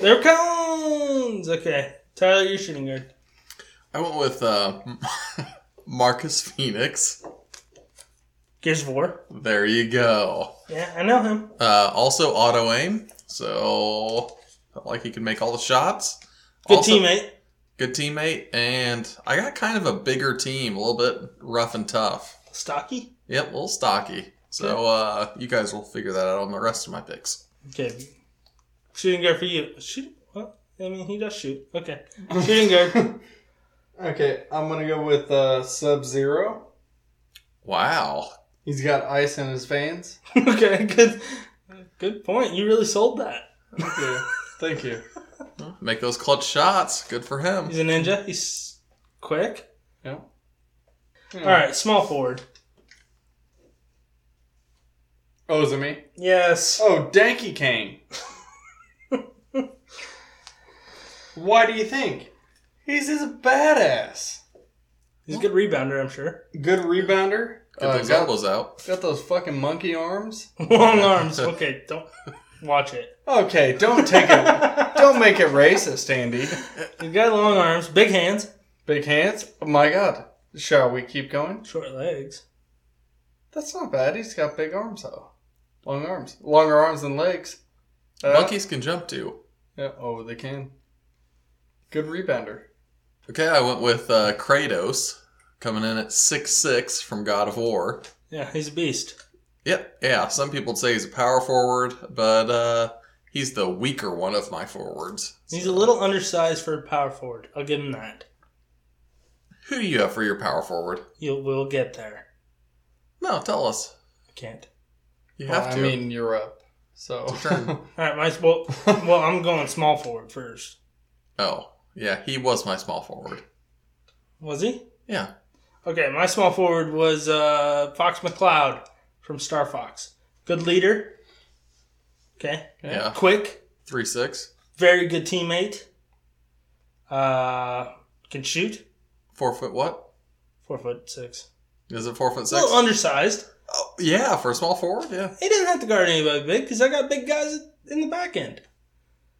[SPEAKER 1] There cones. Okay, Tyler, you're shooting guard.
[SPEAKER 3] I went with uh, <laughs> Marcus Phoenix.
[SPEAKER 1] Gears of War.
[SPEAKER 3] There you go.
[SPEAKER 1] Yeah, I know him.
[SPEAKER 3] Uh, also auto aim, so felt like he could make all the shots.
[SPEAKER 1] Good
[SPEAKER 3] Also-
[SPEAKER 1] teammate.
[SPEAKER 3] Good teammate, and I got kind of a bigger team, a little bit rough and tough.
[SPEAKER 1] Stocky.
[SPEAKER 3] Yep, a little stocky. So uh, you guys will figure that out on the rest of my picks.
[SPEAKER 1] Okay. Shooting guard for you. Shoot. What? I mean, he does shoot. Okay. Shooting guard.
[SPEAKER 2] Okay, I'm gonna go with uh, Sub Zero.
[SPEAKER 3] Wow.
[SPEAKER 2] He's got ice in his veins.
[SPEAKER 1] <laughs> okay. Good. Good point. You really sold that.
[SPEAKER 2] Thank <laughs> you. Thank you.
[SPEAKER 3] Make those clutch shots. Good for him.
[SPEAKER 1] He's a ninja. He's quick.
[SPEAKER 2] Yeah.
[SPEAKER 1] All right. Small forward.
[SPEAKER 2] Oh, is it me?
[SPEAKER 1] Yes.
[SPEAKER 2] Oh, Danky <laughs> Kane. Why do you think? He's just a badass.
[SPEAKER 1] He's a good rebounder, I'm sure. <laughs>
[SPEAKER 2] Good rebounder.
[SPEAKER 3] Get
[SPEAKER 2] Uh,
[SPEAKER 3] those
[SPEAKER 2] got,
[SPEAKER 3] elbows out.
[SPEAKER 2] got those fucking monkey arms.
[SPEAKER 1] Long arms. Okay. Don't watch it.
[SPEAKER 2] Okay, don't take
[SPEAKER 3] <laughs>
[SPEAKER 2] it. don't make it racist, Andy.
[SPEAKER 1] He's got long arms, big hands,
[SPEAKER 2] Big hands. Oh my God. Shall we keep going?
[SPEAKER 1] short legs.
[SPEAKER 2] That's not bad. He's got big arms though. Long arms. Longer arms than legs. Uh,
[SPEAKER 3] Monkeys can jump too.
[SPEAKER 2] Yeah. Oh, they can. Good rebounder.
[SPEAKER 3] Okay, I went with uh, Kratos coming in at six six from God of War.
[SPEAKER 1] Yeah, he's a beast.
[SPEAKER 3] Yep, yeah. Some people would say he's a power forward, but uh, he's the weaker one of my forwards.
[SPEAKER 1] He's a little undersized for a power forward. I'll give him that.
[SPEAKER 3] Who do you have for your power forward?
[SPEAKER 1] You will get there.
[SPEAKER 3] No, tell us.
[SPEAKER 1] I can't.
[SPEAKER 3] You
[SPEAKER 2] Well,
[SPEAKER 3] have to.
[SPEAKER 2] I
[SPEAKER 3] <laughs>
[SPEAKER 2] mean, you're up. So
[SPEAKER 1] All right, my well, well, I'm going small forward first.
[SPEAKER 3] oh, yeah. He was my small forward.
[SPEAKER 1] Was he?
[SPEAKER 3] Yeah.
[SPEAKER 1] Okay, my small forward was uh, Fox McCloud from Star Fox. Good leader. Okay.
[SPEAKER 2] Yeah.
[SPEAKER 3] Yeah.
[SPEAKER 1] Quick.
[SPEAKER 3] Three six.
[SPEAKER 1] Very good teammate. Uh, can shoot.
[SPEAKER 3] Four foot what?
[SPEAKER 1] Four foot six.
[SPEAKER 3] Is it four foot
[SPEAKER 1] A
[SPEAKER 3] six?
[SPEAKER 1] little undersized.
[SPEAKER 3] Oh, yeah, for a small forward, yeah.
[SPEAKER 1] He doesn't have to guard anybody big because I got big guys in the back end.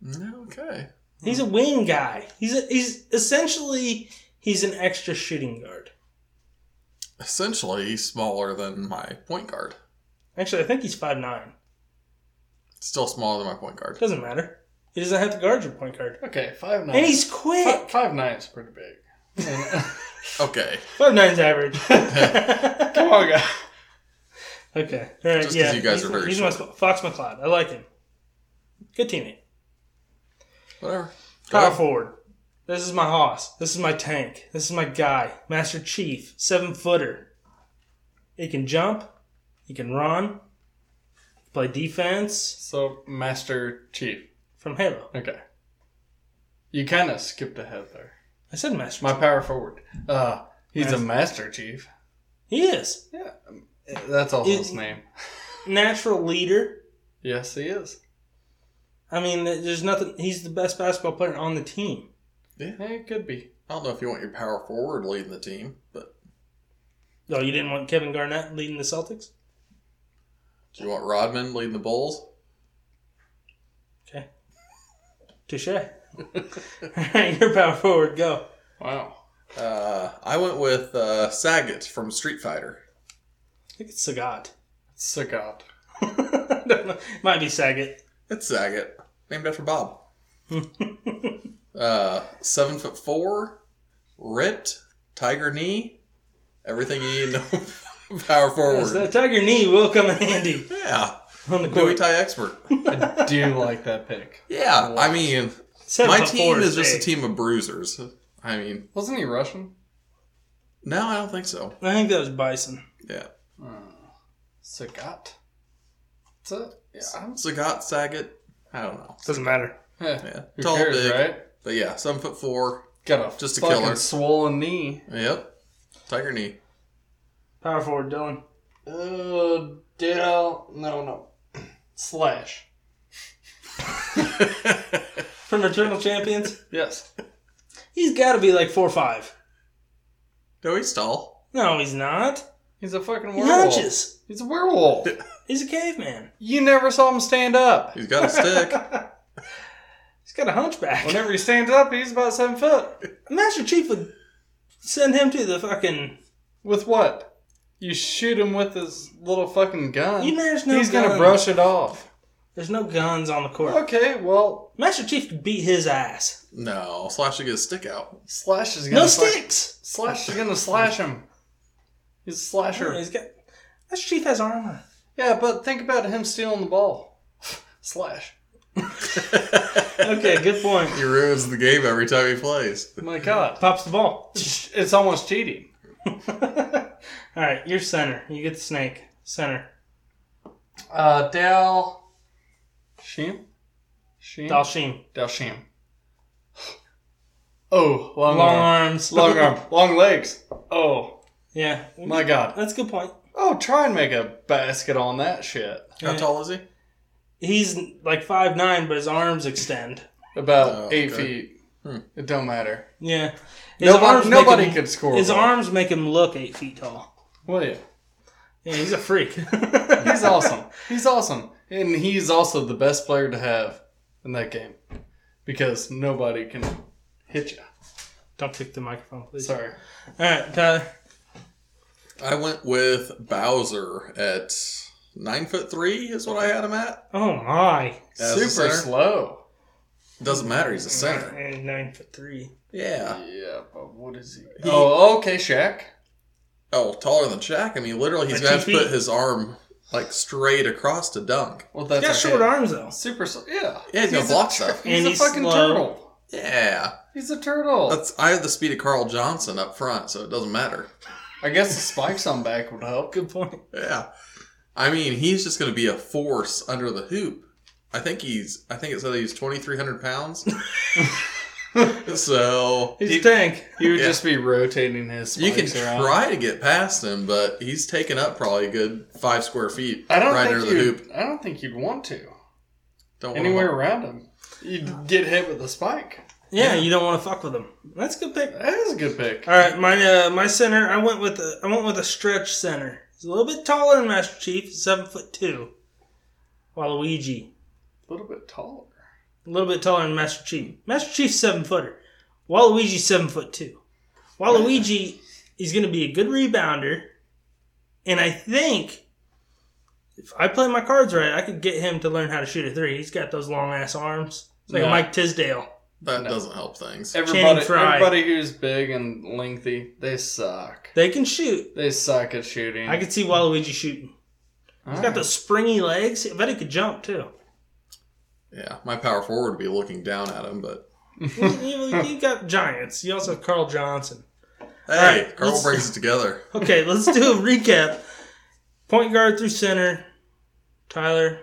[SPEAKER 3] Mm, Okay.
[SPEAKER 1] He's a wing guy. He's a, he's essentially he's an extra shooting guard.
[SPEAKER 3] Essentially he's smaller than my point guard.
[SPEAKER 1] Actually, I think he's five nine.
[SPEAKER 3] Still smaller than my
[SPEAKER 1] <laughs>
[SPEAKER 3] point guard.
[SPEAKER 1] Doesn't matter. He doesn't have to guard your point guard.
[SPEAKER 2] <laughs> okay, five nine.
[SPEAKER 1] And he's quick.
[SPEAKER 2] Fi- five nine is pretty big.
[SPEAKER 3] Okay.
[SPEAKER 1] Five nine's average.
[SPEAKER 2] Come on, guys.
[SPEAKER 1] okay. All right.
[SPEAKER 3] Just 'cause
[SPEAKER 1] yeah.
[SPEAKER 3] you guys
[SPEAKER 1] he's,
[SPEAKER 3] are very
[SPEAKER 1] he's my sp- Fox McCloud. I like him. Good teammate.
[SPEAKER 3] Whatever.
[SPEAKER 1] Power forward. This is my hoss. This is my tank. This is my guy. Master Chief, seven footer. He can jump. He can run. Play defense
[SPEAKER 2] So, Master Chief.
[SPEAKER 1] from Halo.
[SPEAKER 2] Okay. You kind of skipped ahead there.
[SPEAKER 1] I said Master.
[SPEAKER 2] My
[SPEAKER 1] Chief.
[SPEAKER 2] power forward. Uh, he's a Master Chief.
[SPEAKER 1] He is
[SPEAKER 2] Yeah. That's also his
[SPEAKER 1] Is-
[SPEAKER 2] name.
[SPEAKER 1] natural leader.
[SPEAKER 2] Yes, he is.
[SPEAKER 1] I mean, there's nothing. He's the best basketball player on the team.
[SPEAKER 2] Hey, it could be.
[SPEAKER 3] I don't know if you want your power forward leading the team, but
[SPEAKER 1] Oh, you didn't want Kevin Garnett leading the Celtics?
[SPEAKER 3] do you want Rodman leading the Bulls?
[SPEAKER 1] Okay. Touche. All right, your power forward. Go.
[SPEAKER 2] Wow.
[SPEAKER 3] Uh, I went with uh, Saget from Street Fighter.
[SPEAKER 1] I think it's Sagat. <laughs>
[SPEAKER 2] Sagat.
[SPEAKER 1] I don't know. Might be Sagat.
[SPEAKER 3] It's Saget, named after Bob. uh, seven foot four, ripped, tiger knee, everything you need to know. <laughs> power
[SPEAKER 1] Yes,
[SPEAKER 3] forward.
[SPEAKER 1] that tiger knee will come in handy
[SPEAKER 3] Yeah,
[SPEAKER 1] on the
[SPEAKER 3] Muay
[SPEAKER 1] court.
[SPEAKER 3] Thai expert.
[SPEAKER 2] I do like that pick.
[SPEAKER 3] Yeah, I mean,
[SPEAKER 1] Seven
[SPEAKER 3] <laughs> my
[SPEAKER 1] foot four
[SPEAKER 3] team is just a
[SPEAKER 1] big.
[SPEAKER 3] team of bruisers. I mean,
[SPEAKER 2] Wasn't he Russian?
[SPEAKER 3] no, I don't think so.
[SPEAKER 1] I think that was Bison.
[SPEAKER 3] Yeah,
[SPEAKER 2] Sagat. That's it. Yeah. I don't-
[SPEAKER 3] Sagat, Saget. I don't know.
[SPEAKER 1] Doesn't matter.
[SPEAKER 2] eh,
[SPEAKER 3] Yeah,
[SPEAKER 2] Who
[SPEAKER 3] tall,
[SPEAKER 2] cares,
[SPEAKER 3] big.
[SPEAKER 2] right?
[SPEAKER 3] But yeah, seven foot four.
[SPEAKER 2] Got a
[SPEAKER 3] Just a
[SPEAKER 2] fucking
[SPEAKER 3] killer.
[SPEAKER 2] swollen knee.
[SPEAKER 3] Yep,
[SPEAKER 2] <laughs>
[SPEAKER 3] tiger knee.
[SPEAKER 1] Power forward, Dylan.
[SPEAKER 2] Uh, Dale. No, no. Slash.
[SPEAKER 1] From Eternal Champions,
[SPEAKER 2] Yes.
[SPEAKER 1] he's got to be like four five.
[SPEAKER 3] No, he's tall.
[SPEAKER 1] No, he's not.
[SPEAKER 2] He's a fucking
[SPEAKER 1] He
[SPEAKER 2] werewolf.
[SPEAKER 1] hunches.
[SPEAKER 2] He's a werewolf.
[SPEAKER 1] He's a caveman.
[SPEAKER 2] You never saw him stand up.
[SPEAKER 3] He's got
[SPEAKER 2] <laughs>
[SPEAKER 3] a stick.
[SPEAKER 1] He's got a hunchback.
[SPEAKER 2] Whenever he stands up, he's about seven foot.
[SPEAKER 1] Master Chief would send him to the fucking.
[SPEAKER 2] With what? You shoot him with his little fucking gun.
[SPEAKER 1] You know there's no
[SPEAKER 2] he's gonna
[SPEAKER 1] gun.
[SPEAKER 2] brush it off.
[SPEAKER 1] There's no guns on the court.
[SPEAKER 2] Okay, well,
[SPEAKER 1] Master Chief could beat his ass.
[SPEAKER 3] No, Slash should get a stick out.
[SPEAKER 2] Slash is gonna
[SPEAKER 1] No
[SPEAKER 2] fuck-
[SPEAKER 1] sticks.
[SPEAKER 2] Slash is gonna slash him. He's a slasher.
[SPEAKER 1] He's got. Master Chief has armor.
[SPEAKER 2] Yeah, but think about him stealing the ball. <laughs> Slash.
[SPEAKER 1] Okay, good point. <laughs>
[SPEAKER 3] He ruins the game every time he plays.
[SPEAKER 2] My God,
[SPEAKER 1] Pops the ball.
[SPEAKER 2] it's almost cheating.
[SPEAKER 1] All right, you're center. You get the snake. Center.
[SPEAKER 2] Uh, Dal. Shim. Shim.
[SPEAKER 1] Dalshim.
[SPEAKER 2] Dalshim. <sighs> Oh,
[SPEAKER 1] <laughs>
[SPEAKER 2] long,
[SPEAKER 1] Long
[SPEAKER 2] arm.
[SPEAKER 1] arms.
[SPEAKER 2] Long arm. Long legs. Oh,
[SPEAKER 1] Yeah.
[SPEAKER 2] my God.
[SPEAKER 1] That's a good point.
[SPEAKER 2] Oh, try and make a basket on that shit.
[SPEAKER 3] How
[SPEAKER 1] Yeah.
[SPEAKER 3] tall is he?
[SPEAKER 1] He's like five nine, but his arms extend.
[SPEAKER 2] About
[SPEAKER 3] Oh,
[SPEAKER 2] eight
[SPEAKER 3] okay. Hmm.
[SPEAKER 2] feet. It don't matter.
[SPEAKER 1] Yeah. His make
[SPEAKER 2] Nobody, nobody
[SPEAKER 1] him-
[SPEAKER 2] could score.
[SPEAKER 1] His
[SPEAKER 2] a ball.
[SPEAKER 1] arms make him look eight feet tall.
[SPEAKER 2] Will you?
[SPEAKER 1] Yeah, he's a <laughs> freak.
[SPEAKER 2] He's awesome. He's awesome. And he's also the best player to have in that game because nobody can hit you.
[SPEAKER 1] Don't kick the microphone, please.
[SPEAKER 2] Sorry.
[SPEAKER 1] All right, Tyler.
[SPEAKER 3] I went with Bowser at nine foot three is what I had him at.
[SPEAKER 1] Oh my.
[SPEAKER 3] As a
[SPEAKER 2] Super
[SPEAKER 3] center.
[SPEAKER 2] slow.
[SPEAKER 3] Doesn't matter. He's
[SPEAKER 1] <laughs>
[SPEAKER 3] a center.
[SPEAKER 1] And nine foot three.
[SPEAKER 3] Yeah.
[SPEAKER 2] Yeah, but what is he? Oh, okay, Shaq.
[SPEAKER 3] Oh, taller than Shaq. I mean, literally, he's
[SPEAKER 1] Like
[SPEAKER 3] gonna have
[SPEAKER 1] two
[SPEAKER 3] to put
[SPEAKER 1] feet.
[SPEAKER 3] his arm like straight across to dunk.
[SPEAKER 2] Well,
[SPEAKER 1] He's
[SPEAKER 2] that's
[SPEAKER 1] got
[SPEAKER 2] okay.
[SPEAKER 1] short arms though.
[SPEAKER 2] Super slow. Yeah.
[SPEAKER 3] Yeah, he's gonna
[SPEAKER 2] a
[SPEAKER 3] block
[SPEAKER 2] tur-
[SPEAKER 3] stuff.
[SPEAKER 2] He's
[SPEAKER 1] And
[SPEAKER 2] a
[SPEAKER 1] he's
[SPEAKER 2] fucking
[SPEAKER 1] slow.
[SPEAKER 2] turtle.
[SPEAKER 3] Yeah.
[SPEAKER 2] He's a turtle.
[SPEAKER 3] That's I have the speed of Carl Johnson up front, so it doesn't matter.
[SPEAKER 2] I guess the spikes on back would help.
[SPEAKER 1] Good point.
[SPEAKER 3] Yeah. I mean, he's just gonna be a force under the hoop. I think he's. I think it said he's twenty three hundred pounds. <laughs> so
[SPEAKER 1] He's a tank.
[SPEAKER 2] He would
[SPEAKER 3] Yeah.
[SPEAKER 2] just be rotating his spikes
[SPEAKER 3] You can
[SPEAKER 2] around.
[SPEAKER 3] try to get past him, but he's taken up probably a good five square feet
[SPEAKER 2] I don't
[SPEAKER 3] right
[SPEAKER 2] think
[SPEAKER 3] under the
[SPEAKER 2] you'd,
[SPEAKER 3] hoop.
[SPEAKER 2] I don't think you'd want to.
[SPEAKER 3] Don't wanna-
[SPEAKER 2] Anywhere around him, you'd get hit with a spike.
[SPEAKER 1] Yeah, you don't want to fuck with him. That's a good pick.
[SPEAKER 2] That is a good pick.
[SPEAKER 1] All right, my uh, my center. I went with a I went with a stretch center. He's a little bit taller than Master Chief, seven foot two. Waluigi,
[SPEAKER 2] A little bit taller.
[SPEAKER 1] a little bit taller than Master Chief. Master Chief's seven footer. Waluigi's seven foot two. Waluigi <laughs> is going to be a good rebounder, and I think if I play my cards right, I could get him to learn how to shoot a three. He's got those long ass arms. It's like
[SPEAKER 2] Yeah.
[SPEAKER 1] Mike Tisdale.
[SPEAKER 3] that doesn't help things.
[SPEAKER 2] Everybody,
[SPEAKER 1] Fry.
[SPEAKER 2] everybody who's big and lengthy, they suck.
[SPEAKER 1] They can shoot.
[SPEAKER 2] They suck at shooting.
[SPEAKER 1] I could see Waluigi shooting. He's got those springy legs. I bet he could jump too.
[SPEAKER 3] Yeah, my power forward would be looking down at him, but
[SPEAKER 1] you, you, you got giants. You also have Carl Johnson.
[SPEAKER 3] hey,
[SPEAKER 1] right,
[SPEAKER 3] Carl
[SPEAKER 1] let's-
[SPEAKER 3] brings it together.
[SPEAKER 1] Okay, let's do a recap. Point guard through center, Tyler.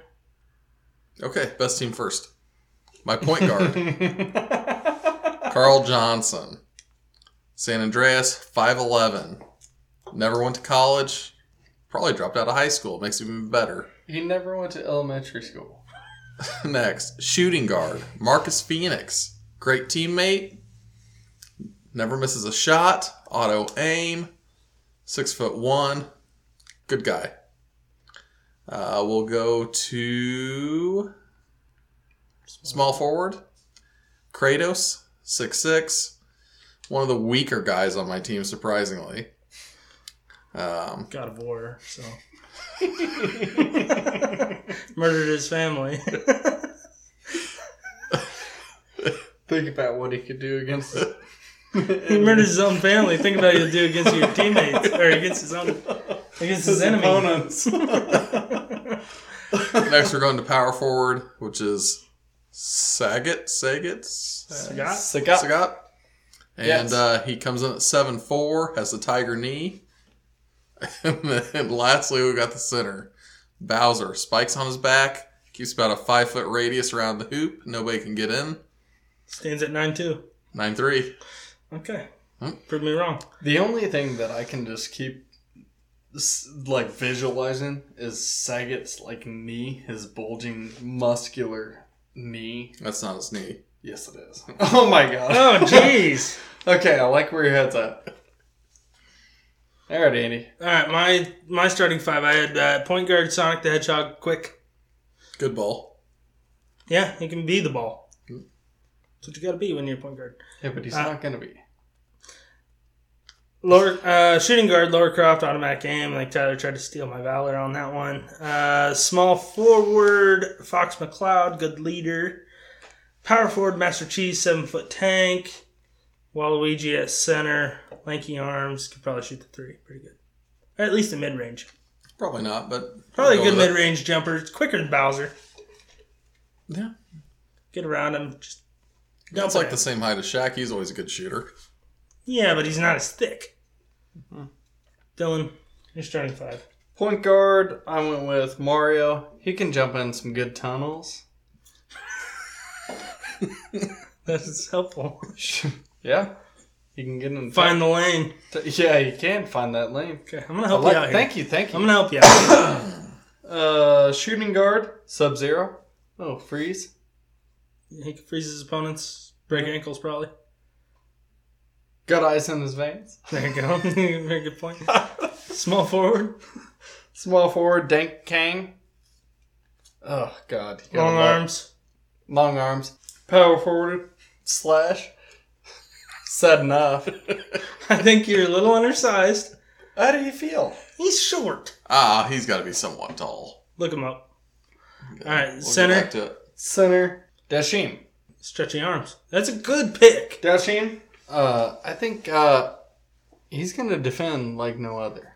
[SPEAKER 3] Okay, best team first. My point
[SPEAKER 1] <laughs>
[SPEAKER 3] guard, Carl Johnson, San Andreas, five eleven. Never went to college. Probably dropped out of high school. Makes him even better.
[SPEAKER 2] He never went to elementary school.
[SPEAKER 3] Next, shooting guard Marcus Phoenix. Great teammate. Never misses a shot. Auto aim. Six foot one. Good guy. Uh, we'll go to small forward. Kratos, six six. One of the weaker guys on my team, surprisingly. Um,
[SPEAKER 1] God of War, so. <laughs> Murdered his family.
[SPEAKER 2] Think about what he could do
[SPEAKER 3] <laughs>
[SPEAKER 2] against. <laughs>
[SPEAKER 1] he murders his own family. Think about what he'll do against your teammates, or against his own, against his enemy.
[SPEAKER 3] next, we're going to power forward, which is Saget. Saget.
[SPEAKER 1] Scott?
[SPEAKER 2] Sagat.
[SPEAKER 3] Sagat. And
[SPEAKER 2] Yes.
[SPEAKER 3] uh, he comes in at seven four, has the tiger knee. <laughs> And then lastly, we got the center, Bowser. Spikes on his back, keeps about a five foot radius around the hoop. Nobody can get in.
[SPEAKER 1] Stands at 9 2.
[SPEAKER 3] Nine three.
[SPEAKER 1] Okay.
[SPEAKER 3] Hmm.
[SPEAKER 1] Prove me wrong.
[SPEAKER 2] The only thing that I can just keep s- like visualizing is Saget's like knee, his bulging muscular knee.
[SPEAKER 3] That's not his knee.
[SPEAKER 2] Yes, it is. <laughs> Oh my god.
[SPEAKER 1] Oh, jeez.
[SPEAKER 2] okay, I like where your head's at. All right, Andy.
[SPEAKER 1] All right, my my starting five. I had uh, point guard Sonic the Hedgehog, quick.
[SPEAKER 3] Good ball.
[SPEAKER 1] Yeah, he can be the ball. That's what you got to be when you're a point guard.
[SPEAKER 2] Yeah, but he's
[SPEAKER 1] Uh,
[SPEAKER 2] not gonna be.
[SPEAKER 1] Lower, uh, shooting guard Laura Croft, automatic aim. Like Tyler tried to steal my valor on that one. Uh, small forward Fox McCloud, good leader. Power forward Master Cheese, seven foot tank. Waluigi at center, lanky arms, could probably shoot the three, pretty good. Or at least the mid range.
[SPEAKER 3] Probably not, but
[SPEAKER 1] Probably a
[SPEAKER 3] I'll
[SPEAKER 1] good
[SPEAKER 3] go with
[SPEAKER 1] mid range jumper. It's quicker than Bowser.
[SPEAKER 3] it. Yeah.
[SPEAKER 1] Get around him. Just
[SPEAKER 3] That's like the same height as Shaq. He's always a good shooter.
[SPEAKER 1] yeah, but he's not as thick.
[SPEAKER 3] Hmm.
[SPEAKER 1] Dylan, you're starting
[SPEAKER 3] <laughs>
[SPEAKER 1] five.
[SPEAKER 2] Point guard, I went with Mario. He can jump in some good <laughs> tunnels.
[SPEAKER 1] That's helpful.
[SPEAKER 2] yeah. He can get in
[SPEAKER 1] Find the lane.
[SPEAKER 2] Yeah, he can find that lane.
[SPEAKER 1] Okay, I'm gonna
[SPEAKER 2] I
[SPEAKER 1] help
[SPEAKER 2] like-
[SPEAKER 1] you out here.
[SPEAKER 2] thank you, thank you.
[SPEAKER 1] I'm gonna help you out. <coughs>
[SPEAKER 2] Uh, shooting guard, Sub Zero. Oh, freeze.
[SPEAKER 1] he freezes his opponents, break ankles probably.
[SPEAKER 2] Got ice in his veins.
[SPEAKER 1] There you
[SPEAKER 3] <laughs>
[SPEAKER 1] go. <laughs> Very good point. Small forward,
[SPEAKER 2] Small forward, Dank Kang. Oh God, you gotta
[SPEAKER 1] long
[SPEAKER 2] love-
[SPEAKER 1] arms.
[SPEAKER 2] long arms. Power forward, slash. <laughs> Said enough.
[SPEAKER 1] I think you're a little undersized.
[SPEAKER 2] How do you feel?
[SPEAKER 1] He's short.
[SPEAKER 3] Ah, he's got to be somewhat tall.
[SPEAKER 1] Look him up. All right,
[SPEAKER 3] We'll get back
[SPEAKER 1] center,
[SPEAKER 3] to it.
[SPEAKER 2] Center, Dashim.
[SPEAKER 1] stretchy arms. That's a good pick.
[SPEAKER 2] Dashim. Uh, I think uh, he's gonna defend like no other.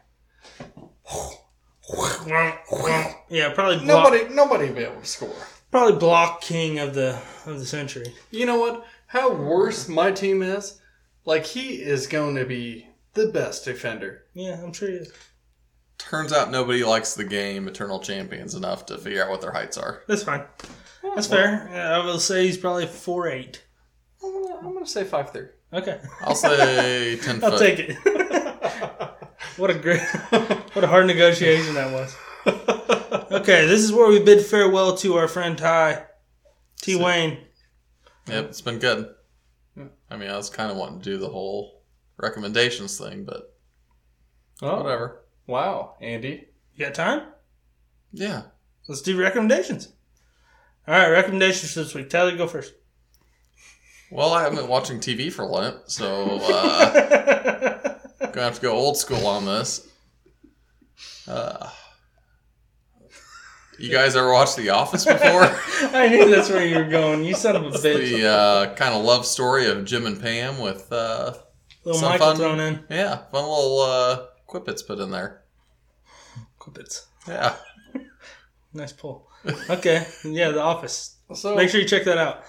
[SPEAKER 1] Yeah, probably block,
[SPEAKER 2] Nobody, nobody will be able to score.
[SPEAKER 1] probably block king of the of the century.
[SPEAKER 2] You know what? How worse my team is. Like he is going to be the best defender.
[SPEAKER 1] Yeah, I'm sure he is.
[SPEAKER 3] Turns out nobody likes the game Eternal Champions enough to figure out what their heights are.
[SPEAKER 1] That's fine. That's fair. Yeah, I will say he's probably four eight.
[SPEAKER 2] I'm gonna, I'm gonna say five three.
[SPEAKER 1] Okay,
[SPEAKER 3] I'll
[SPEAKER 1] <laughs>
[SPEAKER 3] say ten foot.
[SPEAKER 1] I'll take it. what a great, what a hard negotiation that was. Okay, this is where we bid farewell to our friend Ty, T Wayne.
[SPEAKER 3] Yep, it's been good. I mean, I was kind of wanting to do the whole recommendations thing, but
[SPEAKER 2] Oh,
[SPEAKER 3] whatever.
[SPEAKER 2] wow, Andy.
[SPEAKER 1] You got time?
[SPEAKER 3] Yeah.
[SPEAKER 1] Let's do recommendations. All right, recommendations this week. Tyler, go first.
[SPEAKER 3] Well, I haven't been watching TV for Lent, so uh, gonna have to go old school on this. Uh, you guys ever watched The Office before?
[SPEAKER 1] <laughs> I knew that's where you were going. You son of a bitch.
[SPEAKER 3] the uh, kind of love story of Jim and Pam with uh,
[SPEAKER 1] Little
[SPEAKER 3] some
[SPEAKER 1] Michael
[SPEAKER 3] fun-
[SPEAKER 1] thrown in.
[SPEAKER 3] yeah, fun little uh, quippets put in there.
[SPEAKER 1] Quippets.
[SPEAKER 3] Yeah.
[SPEAKER 1] Nice pull. Okay. Yeah, The Office.
[SPEAKER 2] So
[SPEAKER 1] Make sure you check that out.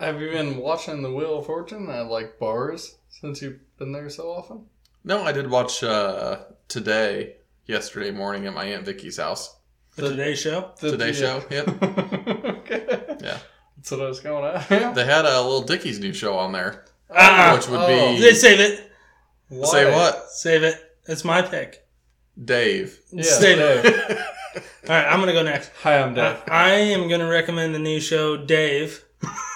[SPEAKER 2] have you been watching The Wheel of Fortune at like bars since you've been there so often?
[SPEAKER 3] No, I did watch uh, today, yesterday morning at my aunt Vicky's house.
[SPEAKER 1] The Today Show.
[SPEAKER 2] The-
[SPEAKER 3] Today show.
[SPEAKER 2] <laughs>
[SPEAKER 3] Yep.
[SPEAKER 2] okay.
[SPEAKER 3] Yeah.
[SPEAKER 2] That's what I was going at.
[SPEAKER 3] They had a uh, little Dickie's new show on there,
[SPEAKER 1] Ah,
[SPEAKER 3] which would
[SPEAKER 2] Oh.
[SPEAKER 3] be
[SPEAKER 1] They save it.
[SPEAKER 2] <laughs> Why?
[SPEAKER 3] say what
[SPEAKER 1] Save it. It's my pick.
[SPEAKER 3] Dave.
[SPEAKER 2] Yeah,
[SPEAKER 1] Say that.
[SPEAKER 2] Dave.
[SPEAKER 1] All right, I'm gonna go next.
[SPEAKER 2] Hi, I'm Dave.
[SPEAKER 1] I, I am gonna recommend the new show Dave.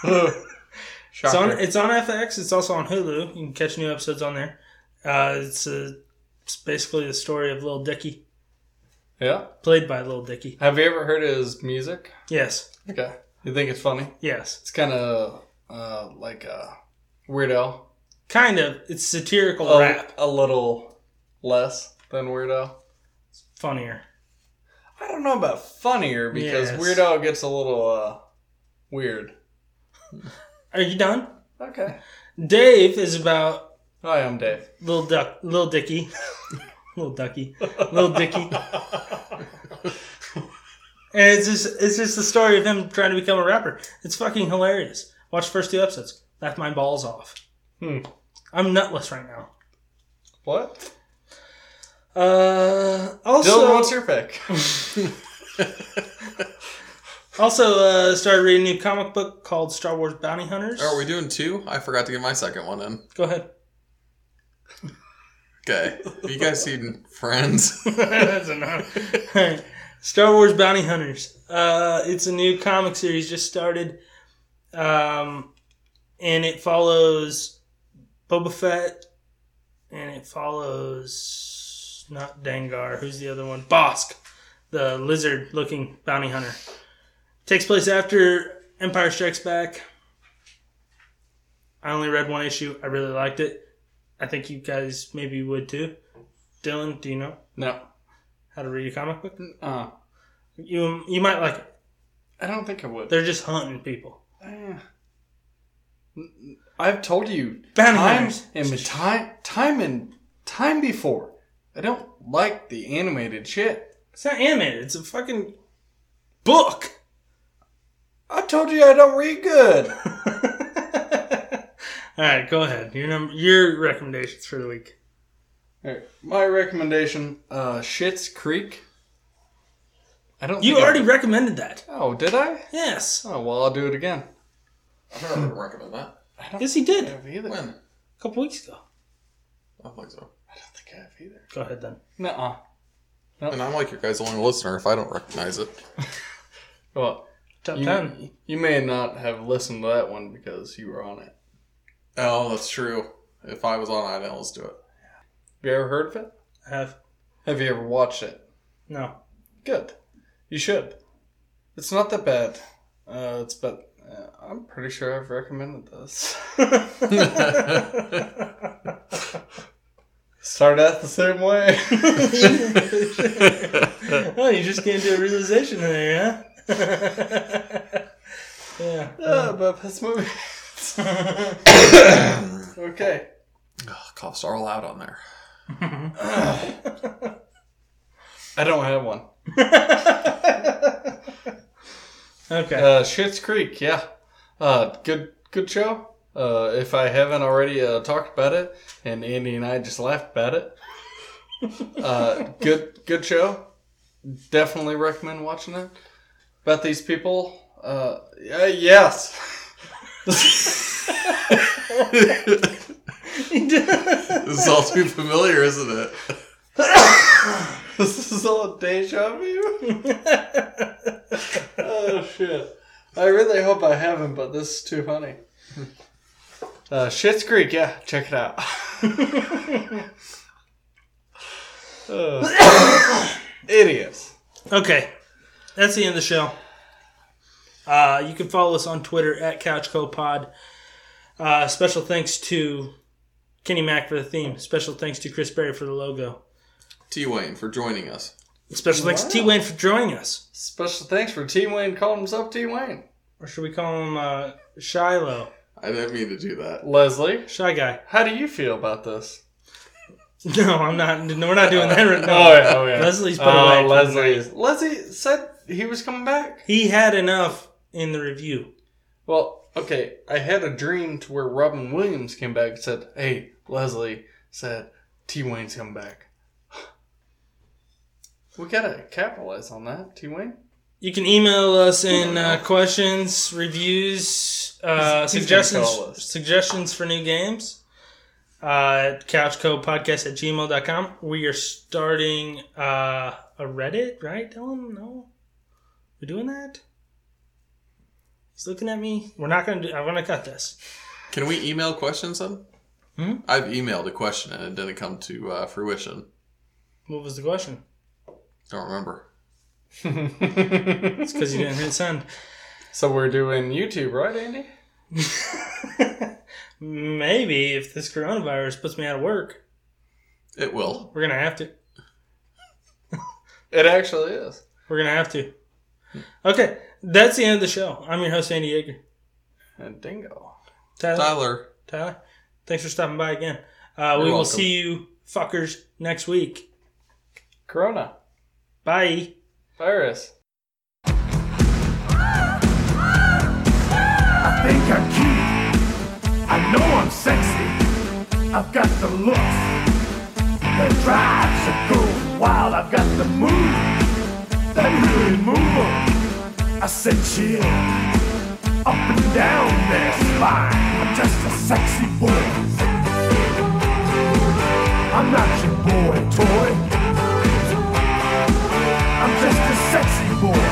[SPEAKER 1] It's on,
[SPEAKER 2] <laughs> Shocker.
[SPEAKER 1] it's on FX. It's also on Hulu. You can catch new episodes on there. Uh, it's, a, it's basically the story of Lil Dicky,
[SPEAKER 2] yeah.
[SPEAKER 1] played by Lil Dicky.
[SPEAKER 2] Have you ever heard his music?
[SPEAKER 1] Yes,
[SPEAKER 2] Okay. You think it's funny?
[SPEAKER 1] yes,
[SPEAKER 2] It's kind of uh, like a weirdo.
[SPEAKER 1] kind of. It's satirical
[SPEAKER 2] A,
[SPEAKER 1] rap,
[SPEAKER 2] a little less than weirdo.
[SPEAKER 1] funnier.
[SPEAKER 2] I don't know about funnier because
[SPEAKER 1] Yes.
[SPEAKER 2] weirdo gets a little uh, weird.
[SPEAKER 1] Are you done?
[SPEAKER 2] Okay.
[SPEAKER 1] Dave is about
[SPEAKER 2] Hi, I'm Dave.
[SPEAKER 1] Lil Duck, Lil Dicky, <laughs> Lil Ducky, Lil Dicky. And it's just it's just the story of him trying to become a rapper. It's fucking hilarious. Watch the first two episodes. Laugh my balls off.
[SPEAKER 2] Hmm.
[SPEAKER 1] I'm nutless right now.
[SPEAKER 2] What?
[SPEAKER 1] Uh, also,
[SPEAKER 2] Dylan, what's your pick? <laughs>
[SPEAKER 1] also uh, started reading a new comic book called Star Wars Bounty Hunters.
[SPEAKER 3] Are we doing two? I forgot to get my second one in.
[SPEAKER 1] Go ahead.
[SPEAKER 3] Okay. Have you guys seen Friends?
[SPEAKER 1] That's enough. All right. <laughs> Star Wars Bounty Hunters. Uh, it's a new comic series just started, um, and it follows Boba Fett, and it follows not Dangar. Who's the other one? Bosk, the lizard-looking bounty hunter. Takes place after Empire Strikes Back. I only read one issue. I really liked it. I think you guys maybe would too. Dylan, do you know?
[SPEAKER 2] no.
[SPEAKER 1] how to read a comic book.
[SPEAKER 2] Uh,
[SPEAKER 1] You you might like it.
[SPEAKER 2] I don't think I would.
[SPEAKER 1] They're just hunting people.
[SPEAKER 2] Eh. <sighs> I've told you
[SPEAKER 1] Bounty
[SPEAKER 2] time
[SPEAKER 1] hunters.
[SPEAKER 2] and time, time and time before. I don't like the animated shit.
[SPEAKER 1] It's not animated. It's a fucking book.
[SPEAKER 2] I told you I don't read good.
[SPEAKER 3] <laughs>
[SPEAKER 1] All right, go ahead. Your number, your recommendations for the week.
[SPEAKER 2] Alright, my recommendation: uh, Shit's Creek. I don't.
[SPEAKER 1] You
[SPEAKER 2] think I-
[SPEAKER 1] already recommended that.
[SPEAKER 2] Oh, did I?
[SPEAKER 1] Yes.
[SPEAKER 2] Oh well, I'll do it again.
[SPEAKER 3] <laughs> I don't know if I recommend that.
[SPEAKER 2] I don't
[SPEAKER 1] Yes, he
[SPEAKER 2] think
[SPEAKER 1] did
[SPEAKER 2] I
[SPEAKER 1] a
[SPEAKER 2] have either.
[SPEAKER 3] When?
[SPEAKER 1] couple weeks ago.
[SPEAKER 3] I don't think so.
[SPEAKER 2] I don't think I have either.
[SPEAKER 1] Go ahead then.
[SPEAKER 2] Nuh-uh.
[SPEAKER 3] And I'm like your guys' only listener if I don't recognize it.
[SPEAKER 2] Well,
[SPEAKER 1] Top ten.
[SPEAKER 2] you, you may not have listened to that one because you were on it.
[SPEAKER 3] Oh, that's true. If I was on, I'd let's do it.
[SPEAKER 2] Have you ever heard of it?
[SPEAKER 1] I have
[SPEAKER 2] Have you ever watched it?
[SPEAKER 1] no.
[SPEAKER 2] Good. You should. It's not that bad. Uh, it's but uh, I'm pretty sure I've recommended <laughs> this. Started out the same way.
[SPEAKER 1] Oh, you just came to a realization there, huh? <laughs> yeah.
[SPEAKER 2] uh, <laughs> but this movie. <coughs> okay.
[SPEAKER 3] Ugh, coughs Oh, are allowed on there.
[SPEAKER 2] I don't have one.
[SPEAKER 1] Okay.
[SPEAKER 2] Uh, Shit's Creek, yeah. Uh, good, good show. Uh, if I haven't already uh, talked about it, and Andy and I just laughed about it. Uh, good, good show. Definitely recommend watching it. About these people. Uh, yeah, yes. <laughs>
[SPEAKER 3] This is all too familiar, isn't it?
[SPEAKER 2] this is all deja <laughs> vu. oh shit! I really hope I haven't, but this is too funny. <laughs> Uh, Shit's Creek, yeah, check it out. <laughs> Uh, <coughs> idiots.
[SPEAKER 1] Okay, that's the end of the show. Uh, you can follow us on Twitter at CouchCoPod. Uh, special thanks to Kenny Mack for the theme. Special thanks to Chris Berry for the logo.
[SPEAKER 3] T Wayne for joining us.
[SPEAKER 1] Special thanks to T Wayne for joining us.
[SPEAKER 2] Special thanks for T Wayne calling himself T Wayne.
[SPEAKER 1] Or should we call him uh, Shiloh?
[SPEAKER 3] I didn't mean to do that.
[SPEAKER 2] Leslie,
[SPEAKER 1] Shy Guy. <laughs>
[SPEAKER 2] how do you feel about this?
[SPEAKER 1] No, I'm not. No, we're not doing that right now.
[SPEAKER 2] yeah, oh yeah.
[SPEAKER 1] Leslie's put
[SPEAKER 2] Oh,
[SPEAKER 1] away.
[SPEAKER 2] Leslie's. Leslie said he was coming back.
[SPEAKER 1] He had enough in the review.
[SPEAKER 2] Well, okay, I had a dream to where Robin Williams came back and said, "Hey, Leslie said T Wayne's coming back." We gotta capitalize on that, T <laughs> Wayne.
[SPEAKER 1] You can email us in uh, questions, reviews, uh,
[SPEAKER 2] He's- he's gonna call
[SPEAKER 1] suggestions,
[SPEAKER 2] us.
[SPEAKER 1] suggestions for new games uh, at couchcodepodcast at gmail.com. We are starting uh, a Reddit, right, Dylan? No? We're doing that? He's looking at me. We're not going to do I'm going to cut this.
[SPEAKER 3] Can we email questions then?
[SPEAKER 1] Hmm?
[SPEAKER 3] I've emailed a question and it didn't come to uh, fruition.
[SPEAKER 1] What was the question?
[SPEAKER 3] Don't remember.
[SPEAKER 1] It's because you didn't hit send.
[SPEAKER 2] So we're doing YouTube, right, Andy?
[SPEAKER 1] Maybe if this coronavirus puts me out of work,
[SPEAKER 3] It will.
[SPEAKER 1] we're going to have to.
[SPEAKER 2] It actually is.
[SPEAKER 1] We're gonna have to. Okay, that's the end of the show. I'm your host Andy Yeager.
[SPEAKER 2] And Uh, Dingo.
[SPEAKER 1] Tyler, Tyler,
[SPEAKER 3] Tyler,
[SPEAKER 1] thanks for stopping by again. Uh, we
[SPEAKER 3] You're
[SPEAKER 1] will
[SPEAKER 3] welcome.
[SPEAKER 1] see you fuckers next week.
[SPEAKER 2] Corona.
[SPEAKER 1] Bye.
[SPEAKER 2] Virus.
[SPEAKER 5] think I'm cute. I know I'm sexy. I've got the looks. The drives are cool. Wild, I've got the move. That really move 'em. I said chill. Up and down their spine. I'm just a sexy boy. I'm not your boy toy. I'm just a sexy boy.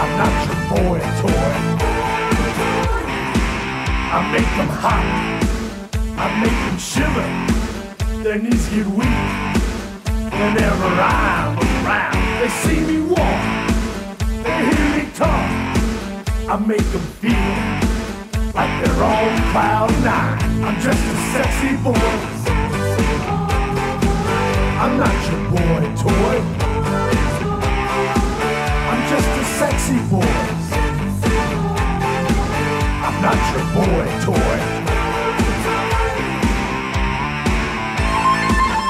[SPEAKER 5] I'm not your boy toy. I make them hot. I make them shiver. Their knees get weak. Whenever I'm around, they see me walk. They hear me talk. I make them feel like they're on cloud nine. I'm just a sexy boy. I'm not your boy toy. I'm just a sexy boy. I'm not your boy toy.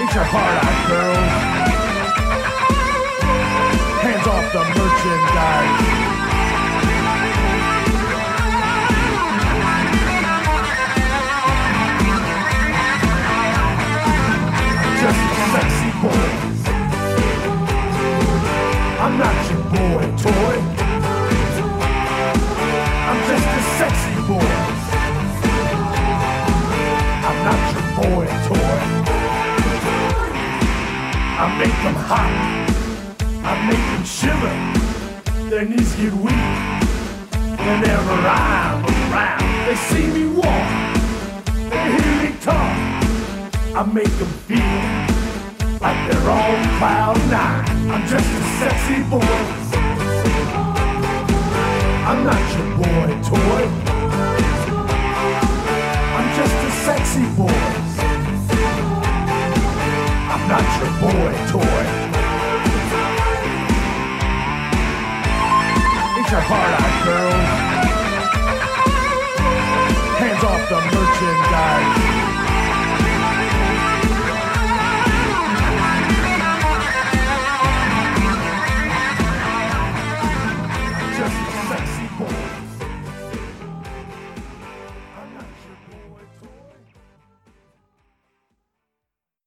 [SPEAKER 5] Eat your heart out, girls. Hands off the merchandise. I'm just a sexy boy. I'm not your boy toy. I'm just a sexy boy. I'm not your boy toy. I make them hot. I make them shiver. Their knees get weak. Whenever I'm around, they see me walk. They hear me talk. I make them feel like they're on cloud nine. I'm just a sexy boy. I'm not your boy toy. I'm just a sexy boy. I'm not your boy toy.